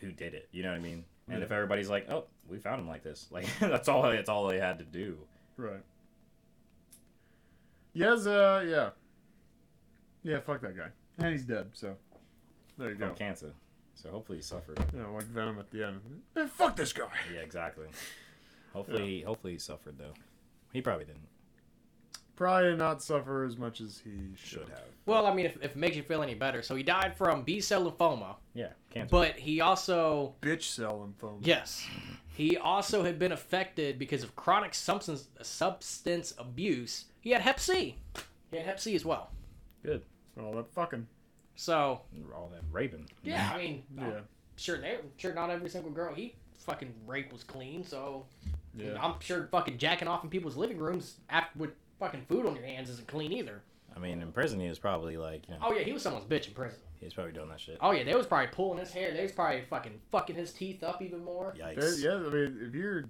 Speaker 3: who did it. You know what I mean? And
Speaker 1: Yeah.
Speaker 3: if everybody's like, "Oh, we found him like this," like that's all that's all they had to do.
Speaker 1: Right. Yes. Uh. Yeah. Yeah. Fuck that guy. And he's dead. So there you
Speaker 3: From
Speaker 1: go.
Speaker 3: cancer, so hopefully he suffered.
Speaker 1: You know, like Venom at the end. Man, fuck this guy.
Speaker 3: Yeah, exactly. Hopefully, hopefully he suffered though. He probably didn't.
Speaker 1: Probably did not suffer as much as he
Speaker 3: Should
Speaker 1: should.
Speaker 3: have.
Speaker 2: Well, I mean, if, if it makes you feel any better, so he died from B cell lymphoma,
Speaker 3: Yeah, cancer.
Speaker 2: but he also
Speaker 1: Bitch cell lymphoma.
Speaker 2: yes, he also had been affected because of chronic substance substance abuse. He had Hep C. He had Hep C as well.
Speaker 3: good.
Speaker 1: All that fucking.
Speaker 2: So
Speaker 3: All that raping.
Speaker 2: yeah, I mean,
Speaker 1: Yeah.
Speaker 2: sure they sure not every single girl he fucking raped was clean. So
Speaker 1: Yeah.
Speaker 2: I'm sure fucking jacking off in people's living rooms after with fucking food on your hands isn't clean either.
Speaker 3: I mean, in prison he was probably like, you know,
Speaker 2: Oh yeah, he was someone's bitch in prison.
Speaker 3: he was probably doing that shit.
Speaker 2: Oh yeah, they was probably pulling his hair. They was probably fucking fucking his teeth up even more.
Speaker 1: There,
Speaker 3: Yikes.
Speaker 1: yeah. I mean, if you're a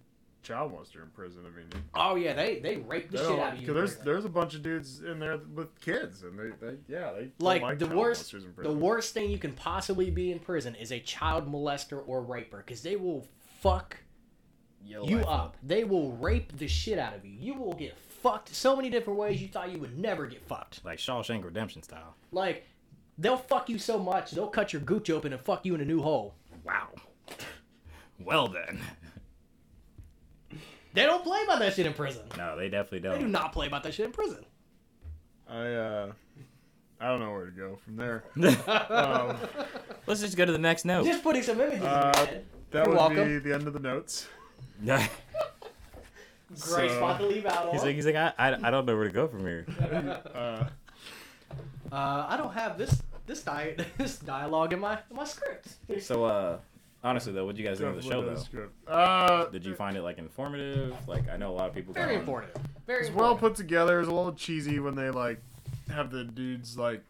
Speaker 1: child molester in prison, I mean,
Speaker 2: Oh yeah, they they raped the
Speaker 1: they
Speaker 2: shit
Speaker 1: don't-
Speaker 2: out of
Speaker 1: 'cause
Speaker 2: you. in
Speaker 1: there's
Speaker 2: prison.
Speaker 1: there's a bunch of dudes in there with kids, and they, they yeah they don't
Speaker 2: like,
Speaker 1: like
Speaker 2: the
Speaker 1: child
Speaker 2: worst
Speaker 1: molesters in
Speaker 2: the
Speaker 1: prison.
Speaker 2: worst thing you can possibly be in prison is a child molester or raper because they will fuck
Speaker 3: Yo,
Speaker 2: you
Speaker 3: I-
Speaker 2: up. They will rape the shit out of you. You will get fucked so many different ways you thought you would never get fucked.
Speaker 3: Like Shawshank Redemption style.
Speaker 2: Like they'll fuck you so much they'll cut your gooch open and fuck you in a new hole.
Speaker 3: Wow. Well then.
Speaker 2: They don't play about that shit in prison.
Speaker 3: No, they definitely
Speaker 2: They
Speaker 3: don't.
Speaker 2: do not play about that shit in prison.
Speaker 1: I uh, I don't know where to go from there. Um,
Speaker 3: Let's just go to the next note.
Speaker 2: Just putting some
Speaker 1: Uh,
Speaker 2: images in your head.
Speaker 1: That
Speaker 2: You're
Speaker 1: would be
Speaker 2: welcome.
Speaker 1: the end of the notes.
Speaker 3: he's
Speaker 2: Great
Speaker 1: so-
Speaker 2: spot to leave out on.
Speaker 3: like, he's like, I, I, I don't know where to go from here.
Speaker 1: Uh,
Speaker 2: Uh, I don't have this this di- this dialogue in my in my script.
Speaker 3: So, uh, Honestly though, what would you guys think of the show
Speaker 1: Definitely
Speaker 3: though?
Speaker 1: does good. Uh,
Speaker 3: Did you find it like informative? Like I know a lot of people. got
Speaker 2: Very
Speaker 1: Um,
Speaker 3: on-
Speaker 2: important. Very
Speaker 1: It's well
Speaker 2: important.
Speaker 1: put together. It's a little cheesy when they like have the dudes like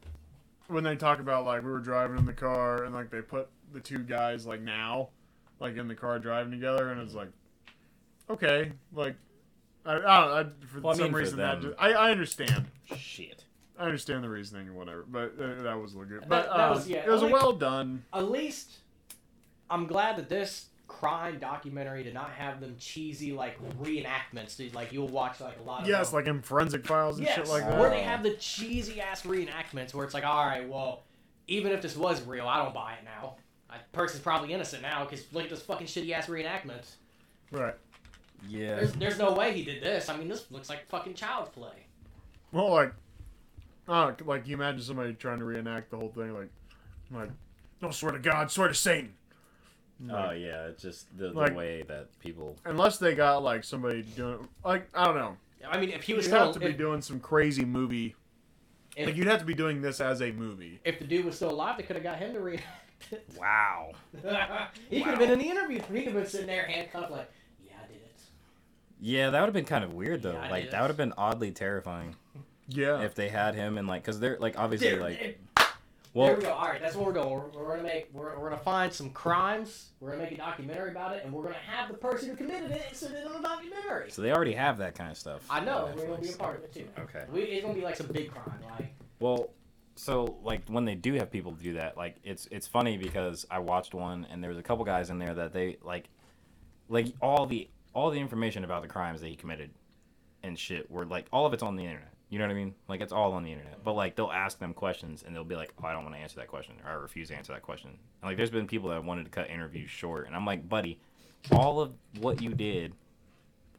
Speaker 1: when they talk about like we were driving in the car and like they put the two guys like now like in the car driving together and it's like okay like I, I don't know, I, for
Speaker 3: Well, I
Speaker 1: some
Speaker 3: mean, for
Speaker 1: reason that
Speaker 3: them.
Speaker 1: just, I I understand
Speaker 3: Shit.
Speaker 1: I understand the reasoning and whatever but uh, that was legit
Speaker 2: That-
Speaker 1: but
Speaker 2: that
Speaker 1: uh,
Speaker 2: was- yeah,
Speaker 1: it was
Speaker 2: only-
Speaker 1: well done
Speaker 2: At least I'm glad that this crime documentary did not have them cheesy like reenactments. Dude. Like you'll watch like a lot of
Speaker 1: yes
Speaker 2: them.
Speaker 1: like in forensic files and
Speaker 2: yes,
Speaker 1: shit like
Speaker 2: where
Speaker 1: that
Speaker 2: they have the cheesy ass reenactments where it's like, all right, well, even if this was real, I don't buy it now. I person's probably innocent now because look at this fucking shitty ass reenactment.
Speaker 1: right
Speaker 3: Yeah.
Speaker 2: There's, there's no way he did this. I mean, this looks like fucking child play.
Speaker 1: Well, like, uh, like you imagine somebody trying to reenact the whole thing, like, like, no, swear to God, swear to Satan.
Speaker 3: Oh yeah, it's just the, the
Speaker 1: Like-
Speaker 3: way that people.
Speaker 1: Unless they got like somebody doing, like, I don't know.
Speaker 2: I mean, if he
Speaker 1: You
Speaker 2: was
Speaker 1: would
Speaker 2: still
Speaker 1: have to be
Speaker 2: if-
Speaker 1: doing some crazy movie.
Speaker 2: if-
Speaker 1: like, you'd have to be doing this as a movie.
Speaker 2: if the dude was still alive, they could have got him to reenact it.
Speaker 3: Wow.
Speaker 2: he could have been in the interview. He could have been sitting there handcuffed, like, yeah, I did it.
Speaker 3: Yeah, that would have been kind of weird though.
Speaker 2: Yeah, it
Speaker 3: like
Speaker 2: is.
Speaker 3: that would have been oddly terrifying
Speaker 1: Yeah.
Speaker 3: if they had him and like, cause they're like obviously
Speaker 2: There,
Speaker 3: like.
Speaker 2: there-
Speaker 3: Well,
Speaker 2: there we go. All right, that's what we're doing. We're, we're gonna make. We're, we're gonna find some crimes. We're gonna make a documentary about it, and we're gonna have the person who committed it sit in on the documentary.
Speaker 3: So they already have that kind of stuff.
Speaker 2: I know.
Speaker 3: on
Speaker 2: We're gonna be a
Speaker 3: Netflix.
Speaker 2: part of it too.
Speaker 3: Okay.
Speaker 2: We, it's gonna be like some big crime, like.
Speaker 3: Well, so like when they do have people do that, like it's it's funny because I watched one and there was a couple guys in there that they like, like all the all the information about the crimes that he committed, and shit were like all of it's on the internet. You know what I mean? Like it's all on the internet. But like they'll ask them questions and they'll be like, "Oh, I don't want to answer that question," or "I refuse to answer that question." And, like there's been people that have wanted to cut interviews short, and I'm like, buddy, all of what you did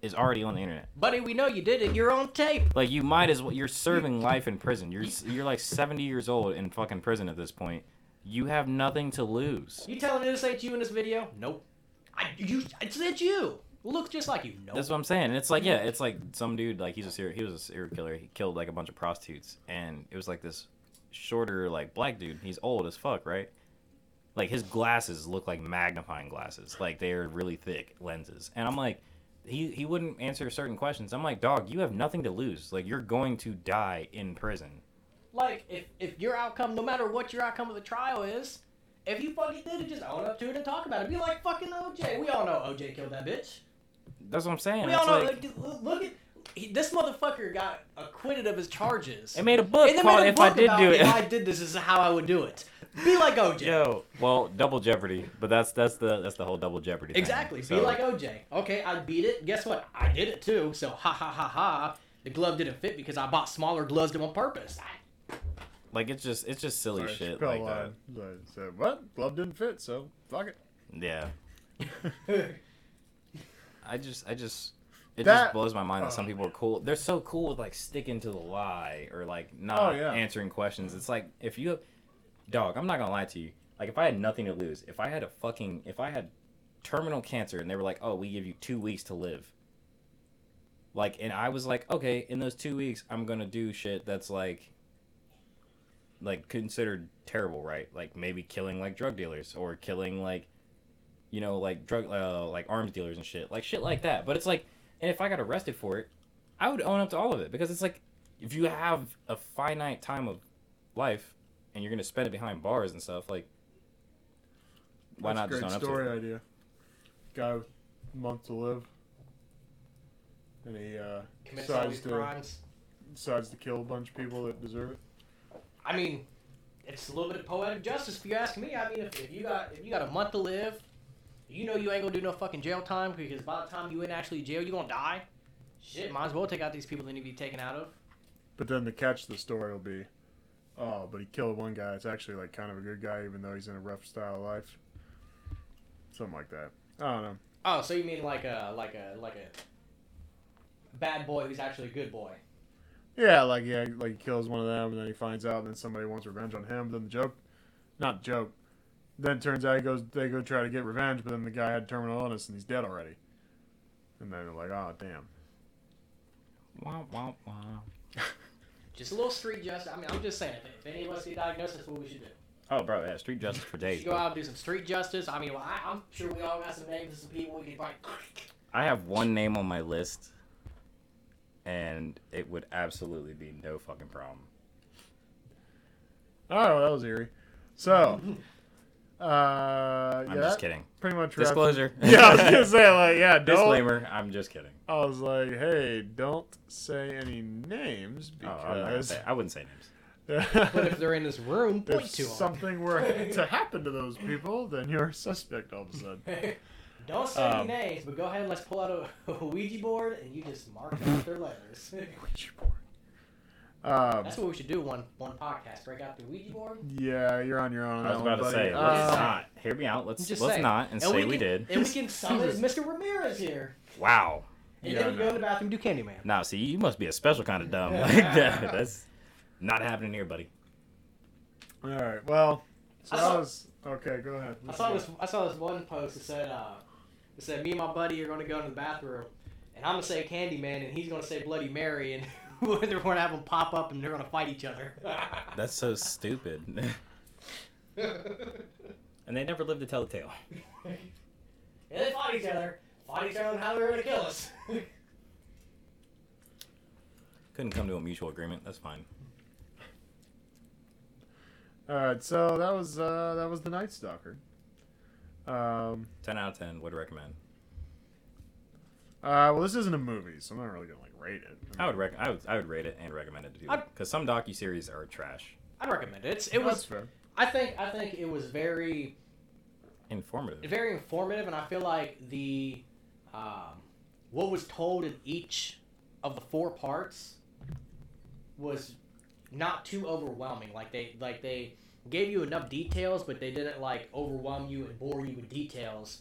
Speaker 3: is already on the internet.
Speaker 2: Buddy, we know you did it. You're on tape.
Speaker 3: Like you might as well. You're serving life in prison. You're you're like 70 years old in fucking prison at this point. You have nothing to lose.
Speaker 2: You telling me this ain't you in this video? Nope. I you. I said you. Look just like you. Nope.
Speaker 3: That's what I'm saying. And it's like yeah, it's like some dude like he's a serial he was a serial killer. He killed like a bunch of prostitutes, and it was like this shorter like black dude. He's old as fuck, right? Like his glasses look like magnifying glasses. Like they are really thick lenses. And I'm like. He, he wouldn't answer certain questions. I'm like, dog, you have nothing to lose. Like, you're going to die in prison.
Speaker 2: Like, if, if your outcome, no matter what your outcome of the trial is, if you fucking did it, just own up to it and talk about it. Be like fucking OJ. We all know OJ killed that bitch.
Speaker 3: That's what I'm saying.
Speaker 2: we
Speaker 3: It's
Speaker 2: all know.
Speaker 3: like-
Speaker 2: Like, dude, look, at he, this motherfucker got acquitted of his charges.
Speaker 3: It made a book
Speaker 2: And they
Speaker 3: called
Speaker 2: made a
Speaker 3: If I
Speaker 2: book
Speaker 3: Did
Speaker 2: about
Speaker 3: Do It.
Speaker 2: If I did this, this is how I would do it. Be like OJ.
Speaker 3: Yo, well, double jeopardy, but that's that's the that's the whole double jeopardy. thing.
Speaker 2: Exactly.
Speaker 3: So,
Speaker 2: Be like OJ. Okay, I beat it. Guess what? I did it too. So ha ha ha ha. The glove didn't fit because I bought smaller gloves on purpose. I,
Speaker 3: like it's just it's just silly
Speaker 1: Sorry,
Speaker 3: shit
Speaker 1: fell
Speaker 3: like uh,
Speaker 1: line. I said, what? Glove didn't fit, so fuck it.
Speaker 3: that. Yeah, I just I just it
Speaker 1: That-
Speaker 3: just blows my mind that some
Speaker 1: oh,
Speaker 3: people are cool. They're so cool with like sticking to the lie or like not
Speaker 1: Oh, yeah.
Speaker 3: answering questions. It's like if you, dog, I'm not gonna lie to you. Like if I had nothing to lose, if I had a fucking if I had terminal cancer and they were like, oh, we give you two weeks to live. Like and I was like, okay, in those two weeks, I'm gonna do shit that's like like considered terrible, right? Like maybe killing like drug dealers or killing like you know like drug uh, like arms dealers and shit, like shit like that. But it's like, and if I got arrested for it, I would own up to all of it because it's like if you have a finite time of life and you're gonna spend it behind bars and stuff, like why
Speaker 1: That's
Speaker 3: not
Speaker 1: a
Speaker 3: just
Speaker 1: great
Speaker 3: own
Speaker 1: story
Speaker 3: up to it?
Speaker 1: idea. Guy with a month to live. And he uh,
Speaker 2: commits all
Speaker 1: decides
Speaker 2: these
Speaker 1: to,
Speaker 2: crimes.
Speaker 1: decides to kill a bunch of people that deserve it.
Speaker 2: I mean, it's a little bit of poetic justice if you ask me. I mean, if, if you got if you got a month to live, you know you ain't gonna do no fucking jail time because by the time you in actually jail, you gonna die. Shit, might as well take out these people that need to be taken out of.
Speaker 1: But then the catch of the story will be, oh, but he killed one guy. It's actually like kind of a good guy, even though he's in a rough style of life. Something like that. I don't know.
Speaker 2: Oh, so you mean like a like a like a bad boy who's actually a good boy?
Speaker 1: Yeah, like yeah, like he kills one of them, and then he finds out, and then somebody wants revenge on him. Then the joke, not joke. Then it turns out he goes, they go try to get revenge, but then the guy had terminal illness and he's dead already. And then they're like, oh damn.
Speaker 3: Wah, wah, wah.
Speaker 2: Just a little street justice. I mean, I'm just saying, if, if any of us get diagnosed, that's what we should do.
Speaker 3: Oh, bro, yeah, street justice for
Speaker 2: You
Speaker 3: days.
Speaker 2: should go
Speaker 3: bro.
Speaker 2: out and do some street justice. I mean, well, I, I'm sure we all got some names of some people we could like.
Speaker 3: I have one name on my list, and it would absolutely be no fucking problem.
Speaker 1: Oh, that was eerie. So, uh, yeah,
Speaker 3: I'm
Speaker 1: that
Speaker 3: just kidding.
Speaker 1: Pretty much wraps it-
Speaker 3: Disclosure.
Speaker 1: Yeah, I was gonna say like, yeah, don't.
Speaker 3: Disclaimer. I'm just kidding.
Speaker 1: I was like, hey, don't say any names
Speaker 3: Oh, I'm not gonna
Speaker 1: because
Speaker 3: say, I wouldn't say names.
Speaker 2: But if they're in this room, point
Speaker 1: if
Speaker 2: to them.
Speaker 1: something were to happen to those people, then you're a suspect all of a sudden.
Speaker 2: Don't say
Speaker 1: Um,
Speaker 2: any names, but go ahead and let's pull out a, a Ouija board and you just mark out their letters.
Speaker 1: Um,
Speaker 2: That's what we should do one one podcast. Break out the Ouija board.
Speaker 1: yeah, you're on your own. on
Speaker 3: I
Speaker 1: that
Speaker 3: was about to
Speaker 1: one,
Speaker 3: say,
Speaker 1: buddy.
Speaker 3: let's
Speaker 1: Uh,
Speaker 3: not. Hear me out.
Speaker 2: Um, I'm
Speaker 3: Let's
Speaker 2: just
Speaker 3: let's
Speaker 2: saying.
Speaker 3: not and, say we,
Speaker 2: can-
Speaker 3: did.
Speaker 2: And we can summon Mr. Ramirez here.
Speaker 3: Wow.
Speaker 2: And
Speaker 1: Yeah,
Speaker 2: then we go
Speaker 1: no.
Speaker 2: in the bathroom and do Candyman.
Speaker 3: Now, see, you must be a special kind of dumb. Like that. That's not happening here, buddy.
Speaker 1: All right. Well, so
Speaker 2: I
Speaker 1: that
Speaker 2: saw-
Speaker 1: was okay. Go ahead.
Speaker 2: I saw this. I saw this one post that said, uh, "It said me and my buddy are going to go into the bathroom, and I'm gonna say Candyman, and he's gonna say Bloody Mary, and they're gonna have them pop up, and they're gonna fight each other."
Speaker 3: That's so stupid. and they never lived to tell the tale.
Speaker 2: And they fight each other. Fight each other on how they're gonna kill us.
Speaker 3: Couldn't come to a mutual agreement. That's fine.
Speaker 1: All right. So that was uh, that was the Night Stalker. Um,
Speaker 3: 10 out of 10 would recommend.
Speaker 1: uh, well, this isn't a movie, so I'm not really gonna like rate it.
Speaker 3: I would rec- I would I would rate it and recommend it to people
Speaker 2: I'd-
Speaker 3: because some docu series are trash.
Speaker 2: I recommend it. It's, it
Speaker 1: That's
Speaker 2: was.
Speaker 1: fair.
Speaker 2: I think. I think it was very,
Speaker 3: Informative.
Speaker 2: very informative, and I feel like the, um, what was told in each of the four parts, was not too overwhelming. Like they, like they gave you enough details, but they didn't like overwhelm you and bore you with details.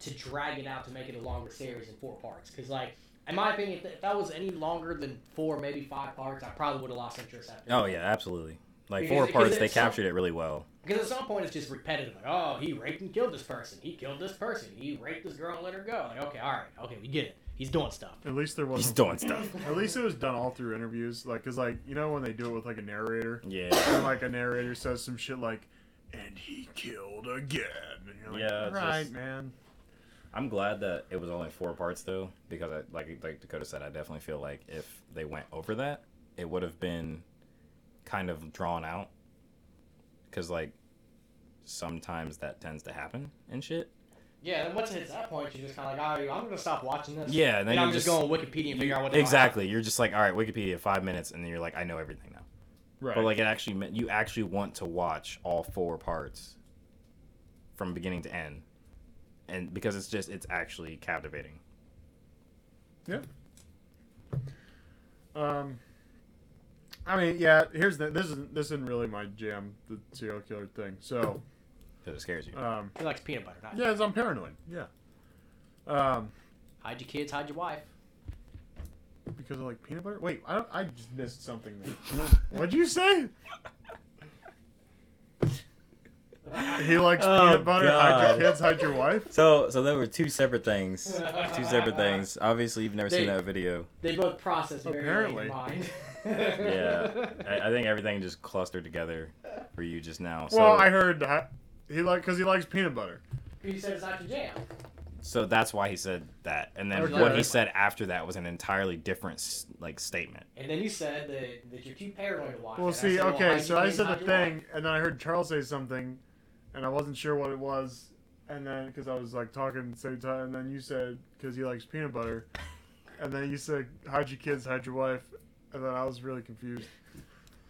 Speaker 2: To drag it out to make it a longer series in four parts, because like. In my opinion, if that was any longer than four, maybe five parts, I probably would have lost interest after.
Speaker 3: Oh yeah, absolutely. Like
Speaker 2: Because-
Speaker 3: four
Speaker 2: because
Speaker 3: parts, they
Speaker 2: it's so-
Speaker 3: captured it really well.
Speaker 2: Because at some point it's just repetitive, like, oh, he raped and killed this person. He killed this person. He raped this girl and let her go. Like, okay, all right, okay, we get it. He's doing stuff.
Speaker 1: At least there
Speaker 3: He's
Speaker 1: wasn't.
Speaker 3: doing stuff.
Speaker 1: At least it was done all through interviews, like, cause like you know when they do it with like a narrator,
Speaker 3: Yeah.
Speaker 1: and like a narrator says some shit like, "And he killed again," and you're like,
Speaker 3: Yeah,
Speaker 1: yeah,
Speaker 3: it's
Speaker 1: right,
Speaker 3: just-
Speaker 1: man.
Speaker 3: I'm glad that it was only four parts though, because I, like like Dakota said, I definitely feel like if they went over that, it would have been kind of drawn out. Because like sometimes that tends to happen and shit.
Speaker 2: Yeah, and once it hits that point, you're just kind of like, all right, I'm gonna stop watching this.
Speaker 3: Yeah, and then
Speaker 2: and
Speaker 3: you
Speaker 2: I'm just,
Speaker 3: just-
Speaker 2: going Wikipedia and figure out what the-
Speaker 3: Exactly. You're just like, all right, Wikipedia, five minutes, and then you're like, I know everything now.
Speaker 1: Right.
Speaker 3: But like it actually meant you actually want to watch all four parts from beginning to end. And because it's just it's actually captivating.
Speaker 1: Yeah. Um, I mean, yeah. Here's the this isn't this isn't really my jam, the serial killer thing. So,
Speaker 3: Because it scares you.
Speaker 1: um,
Speaker 2: He likes peanut butter. Not
Speaker 1: yeah, 'cause I'm paranoid. Yeah. Um,
Speaker 2: hide your kids, hide your wife.
Speaker 1: because I like peanut butter. Wait, I don't. I just missed something. There. What'd you say? He likes
Speaker 3: Oh,
Speaker 1: peanut butter. Hide
Speaker 3: God.
Speaker 1: your kids. Hide your wife.
Speaker 3: So so there were two separate things. Two separate things. Obviously you've never seen
Speaker 2: They-
Speaker 3: that video.
Speaker 2: They both process very late
Speaker 1: Apparently.
Speaker 2: in mind.
Speaker 3: Yeah. I, I think everything just clustered together for you just now. So
Speaker 1: well, I heard that he like because he likes peanut butter.
Speaker 2: You said it's not your jam.
Speaker 3: so that's why he said that. And then
Speaker 1: Okay.
Speaker 3: what he said after that was an entirely different s- like statement.
Speaker 2: And then you said that, that you're too paranoid to watch.
Speaker 1: Well,
Speaker 2: it. I
Speaker 1: see,
Speaker 2: said,
Speaker 1: okay,
Speaker 2: hide
Speaker 1: so
Speaker 2: your
Speaker 1: I
Speaker 2: kids,
Speaker 1: said
Speaker 2: hide
Speaker 1: the
Speaker 2: your wife.
Speaker 1: thing, and then I heard Charles say something, and I wasn't sure what it was, and then because I was like talking at the same time, and then you said because he likes peanut butter, and then you said hide your kids, hide your wife, and then I was really confused.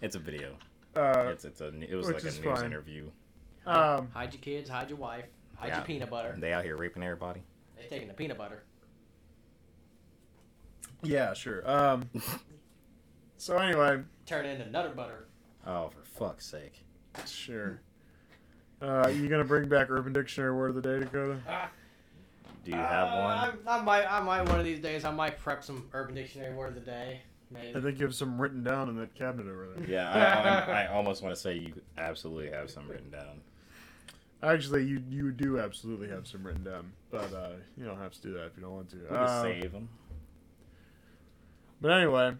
Speaker 3: It's a video.
Speaker 1: Uh,
Speaker 3: It's it's a it was
Speaker 1: Which
Speaker 3: like a
Speaker 1: is
Speaker 3: news
Speaker 1: fine.
Speaker 3: interview.
Speaker 1: um,
Speaker 2: Hide your kids, hide your wife, hide
Speaker 3: Yeah.
Speaker 2: your peanut butter.
Speaker 3: They out here raping everybody.
Speaker 2: They taking the peanut butter.
Speaker 1: yeah, sure. Um, so anyway,
Speaker 2: Turn into nutter butter.
Speaker 3: Oh, for fuck's sake.
Speaker 1: sure. Uh, you gonna bring back Urban Dictionary word of the day, Dakota?
Speaker 3: Do you have
Speaker 1: Uh,
Speaker 3: one?
Speaker 2: Uh, I, I might. I might one of these days. I might prep some Urban Dictionary word of the day.
Speaker 1: I
Speaker 2: Maybe.
Speaker 1: think you have some written down in that cabinet over there.
Speaker 3: Yeah, I, I, I almost want to say you absolutely have some written down.
Speaker 1: Actually, you you do absolutely have some written down, but uh, you don't have to do that if you don't want to.
Speaker 3: We just
Speaker 1: Uh,
Speaker 3: save them.
Speaker 1: but anyway,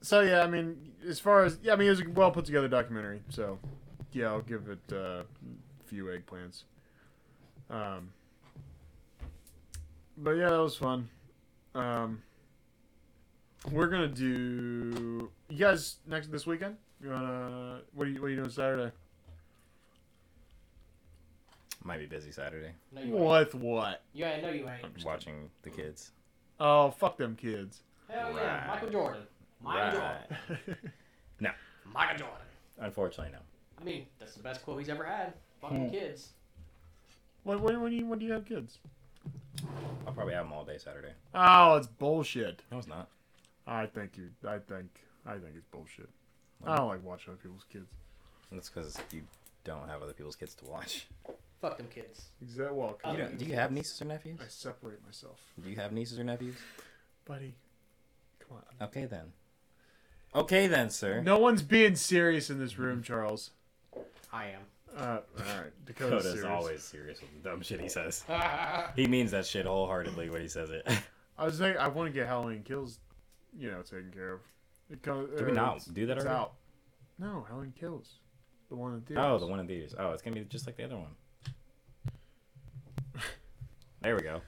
Speaker 1: so yeah, I mean, as far as yeah, I mean, it was a well put together documentary. So yeah, I'll give it uh, a few eggplants. Um, but yeah, that was fun. Um, we're gonna do you guys next this weekend. You wanna what are you what are you doing Saturday?
Speaker 3: Might be busy Saturday.
Speaker 2: No, you ain't.
Speaker 1: With what?
Speaker 2: Yeah, I know you ain't.
Speaker 3: I'm watching the kids.
Speaker 1: Oh, fuck them kids.
Speaker 2: Hell yeah,
Speaker 3: Right.
Speaker 2: Michael Jordan. Michael Jordan.
Speaker 3: Right.
Speaker 2: Michael Jordan.
Speaker 3: Unfortunately, no.
Speaker 2: I mean, that's the best quote he's ever had.
Speaker 1: Hmm.
Speaker 2: Fucking kids.
Speaker 1: when, when, when do you when do you have kids?
Speaker 3: I'll probably have them all day Saturday.
Speaker 1: Oh, it's bullshit.
Speaker 3: No, it's not.
Speaker 1: I think you. I think. I think it's bullshit. I don't like watching other people's kids.
Speaker 3: That's because you don't have other people's kids to watch.
Speaker 2: Fuck them kids.
Speaker 1: Exactly. Well,
Speaker 3: You don't- do you have nieces or nephews?
Speaker 1: I separate myself,
Speaker 3: Do you have nieces or nephews?
Speaker 1: buddy. Come on.
Speaker 3: Okay then. Okay then, sir.
Speaker 1: No one's being serious in this room, Charles.
Speaker 2: I am.
Speaker 1: Uh, all right, Dakota's,
Speaker 3: Coda's
Speaker 1: serious.
Speaker 3: always serious with the dumb shit he says.
Speaker 2: I
Speaker 3: He means that shit wholeheartedly when he says it.
Speaker 1: I was thinking I want to get Halloween Kills, you know, taken care of. It co- er,
Speaker 3: Did we not
Speaker 1: it's-
Speaker 3: do that
Speaker 1: it's
Speaker 3: already?
Speaker 1: out. No, Halloween Kills, the one in theaters.
Speaker 3: Oh, the one in theaters. Oh, it's gonna be just like the other one. There we go.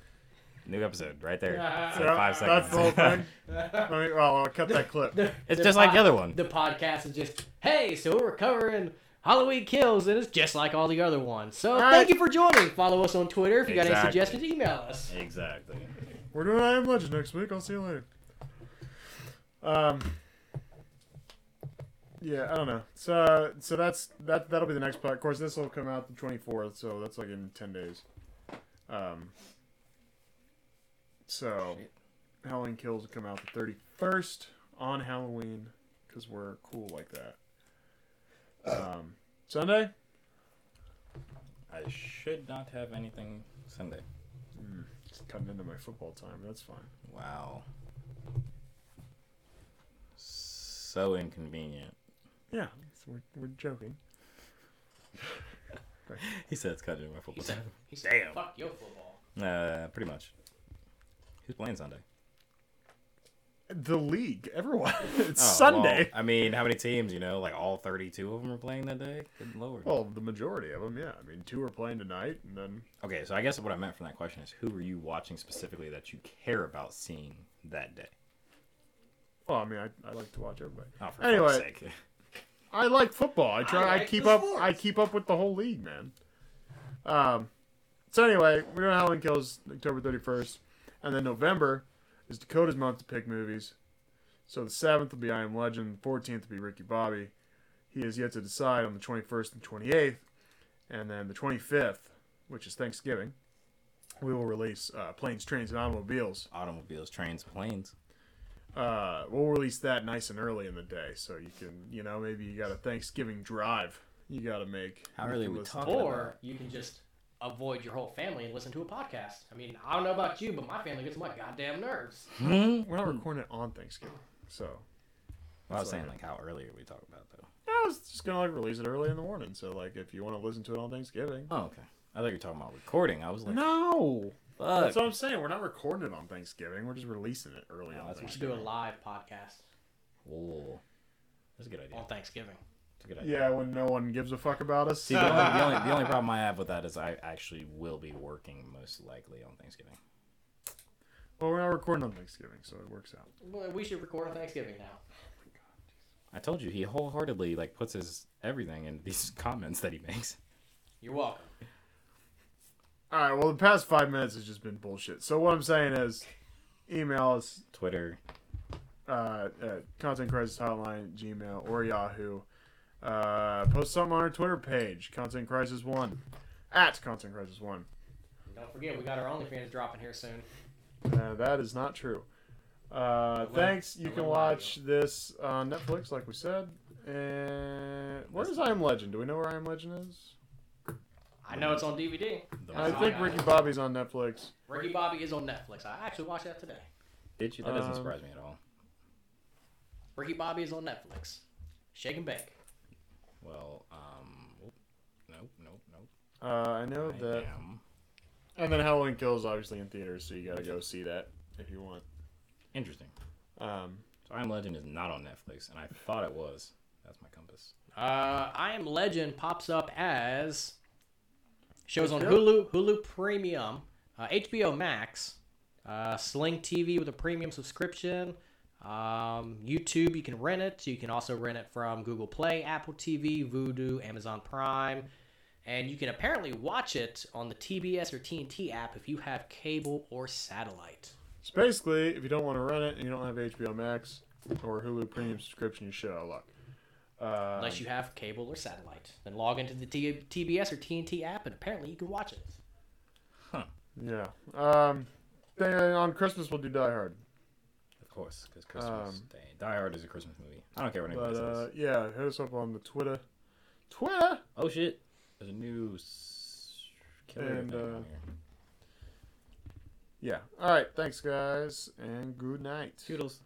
Speaker 3: New episode right there. It's like
Speaker 1: Yeah,
Speaker 3: five
Speaker 1: That's
Speaker 3: seconds.
Speaker 1: the whole thing. Let me, well, I'll cut that clip.
Speaker 3: it's just like the other one.
Speaker 2: The podcast is just, hey, so we're covering Halloween Kills, and it's just like all the other ones. So
Speaker 1: All
Speaker 2: thank
Speaker 1: right.
Speaker 2: you for joining. Follow us on Twitter. If you got any
Speaker 3: Exactly.
Speaker 2: suggestions, email us.
Speaker 3: Exactly.
Speaker 1: We're doing I Am Legend next week. I'll see you later. Um. Yeah, I don't know. So, uh, so that's that. That'll be the next part. Of course, this will come out the twenty fourth. So that's like in ten days. Um. So, Halloween Kills will come out the thirty first on Halloween because we're cool like that. Um, Sunday.
Speaker 3: I should not have anything Sunday.
Speaker 1: It's cutting into my football time. That's fine.
Speaker 3: Wow. So inconvenient.
Speaker 1: Yeah, so we're, we're joking.
Speaker 3: He said it's cutting my football.
Speaker 2: He said,
Speaker 3: time.
Speaker 2: he said
Speaker 3: Damn.
Speaker 2: fuck your football.
Speaker 3: Uh, pretty much. Who's playing Sunday? Oh,
Speaker 1: The league, everyone. It's
Speaker 3: Oh,
Speaker 1: Sunday.
Speaker 3: well, I mean, how many teams? You know, like all thirty-two of them are playing that day. Good lord.
Speaker 1: Well, the majority of them, yeah. I mean, two are playing tonight, and then
Speaker 3: Okay, so I guess what I meant from that question is who are you watching specifically that you care about seeing that day?
Speaker 1: well, I mean, I, I like to watch everybody.
Speaker 3: Oh, for
Speaker 1: Anyway.
Speaker 3: fuck's sake.
Speaker 1: I like football. I try. I,
Speaker 2: I like
Speaker 1: keep
Speaker 2: the
Speaker 1: up.
Speaker 2: sports.
Speaker 1: I keep up with the whole league, man. Um. So anyway, we're doing Halloween Kills October thirty first, and then November is Dakota's month to pick movies. So the seventh will be I Am Legend. Fourteenth will be Ricky Bobby. He has yet to decide on the twenty first and twenty eighth, and then the twenty fifth, which is Thanksgiving. We will release uh, planes, trains, and automobiles.
Speaker 3: Automobiles, trains, planes.
Speaker 1: uh, we'll release that nice and early in the day, so you can, you know, maybe you got a Thanksgiving drive you got to make.
Speaker 3: How
Speaker 1: You
Speaker 3: early
Speaker 1: can
Speaker 3: we
Speaker 1: listen-
Speaker 3: talking?
Speaker 2: Or you can just avoid your whole family and listen to a podcast. I mean, I don't know about you, but my family gets on my goddamn nerves.
Speaker 1: We're not recording it on Thanksgiving, so
Speaker 3: Well, I was
Speaker 1: Sorry.
Speaker 3: saying, like, how early are we talking about, though?
Speaker 1: I was just gonna like release it early in the morning. So like, if you want to listen to it on Thanksgiving,
Speaker 3: Oh, okay. I thought you were talking about recording. I was like,
Speaker 1: no,
Speaker 3: fuck.
Speaker 1: that's what I'm saying. We're not recording it on Thanksgiving. We're just releasing it early
Speaker 3: No,
Speaker 1: on
Speaker 3: Oh, that's
Speaker 2: We should
Speaker 1: Thanksgiving.
Speaker 2: do a live podcast
Speaker 3: Whoa. That's a good idea.
Speaker 2: on Thanksgiving.
Speaker 3: That's a good idea.
Speaker 1: Yeah, when no one gives a fuck about us.
Speaker 3: See, the only, the, only, the only problem I have with that is I actually will be working most likely on Thanksgiving.
Speaker 1: well, we're not recording on Thanksgiving, so it works out.
Speaker 2: Well, we should record on Thanksgiving now.
Speaker 3: I told you, he wholeheartedly, like, puts his everything in these comments that he makes.
Speaker 2: You're welcome.
Speaker 1: All right. Well, the past five minutes has just been bullshit. So what I'm saying is, email us
Speaker 3: Twitter.
Speaker 1: uh, at content crisis hotline gmail or yahoo uh, post something on our twitter page content crisis one at content crisis one
Speaker 2: And don't forget, we got our OnlyFans dropping here soon.
Speaker 1: uh, that is not true uh,
Speaker 2: Hello.
Speaker 1: thanks you can
Speaker 2: Hello,
Speaker 1: watch this on netflix like we said and where is i am legend do we know where i am legend is
Speaker 2: I know it's on DVD.
Speaker 3: The
Speaker 1: i
Speaker 2: That's all
Speaker 1: think
Speaker 2: got.
Speaker 1: ricky bobby's on netflix
Speaker 2: Ricky Bobby is on Netflix. I actually watched that today.
Speaker 3: Did you? That doesn't
Speaker 1: Um,
Speaker 3: surprise me at all.
Speaker 2: Ricky Bobby is on Netflix. Shake and bake.
Speaker 3: Well, um, oop, nope, nope, nope.
Speaker 1: uh, i know
Speaker 3: I
Speaker 1: that
Speaker 3: am
Speaker 1: and then halloween kills obviously in theaters so you gotta go see that if you want
Speaker 3: interesting.
Speaker 1: um,
Speaker 3: So I Am Legend is not on Netflix, and I thought it was. That's my compass.
Speaker 2: Uh, I Am Legend pops up as shows on Hulu, Hulu Premium, uh, HBO Max, uh, Sling TV with a premium subscription, um, YouTube. You can rent it. You can also rent it from Google Play, Apple TV, Vudu, Amazon Prime, and you can apparently watch it on the TBS or TNT app if you have cable or satellite.
Speaker 1: So basically, if you don't want to rent it and you don't have HBO Max or Hulu Premium subscription, you shit out of luck. Uh,
Speaker 2: Unless you have cable or satellite, then log into the T- TBS or TNT app, and apparently you can watch it.
Speaker 1: yeah. Um, then on Christmas we'll do Die Hard.
Speaker 3: Of course, because Christmas. Day. Die Hard is a Christmas movie. I don't care what anybody
Speaker 1: Um, But uh,
Speaker 3: says.
Speaker 1: yeah, hit us up on the Twitter, Twitter,
Speaker 3: Oh shit! There's a new s- killer
Speaker 1: And,
Speaker 3: event
Speaker 1: uh,
Speaker 3: on here.
Speaker 1: Yeah. All right. Thanks, guys, and good night.
Speaker 3: Toodles.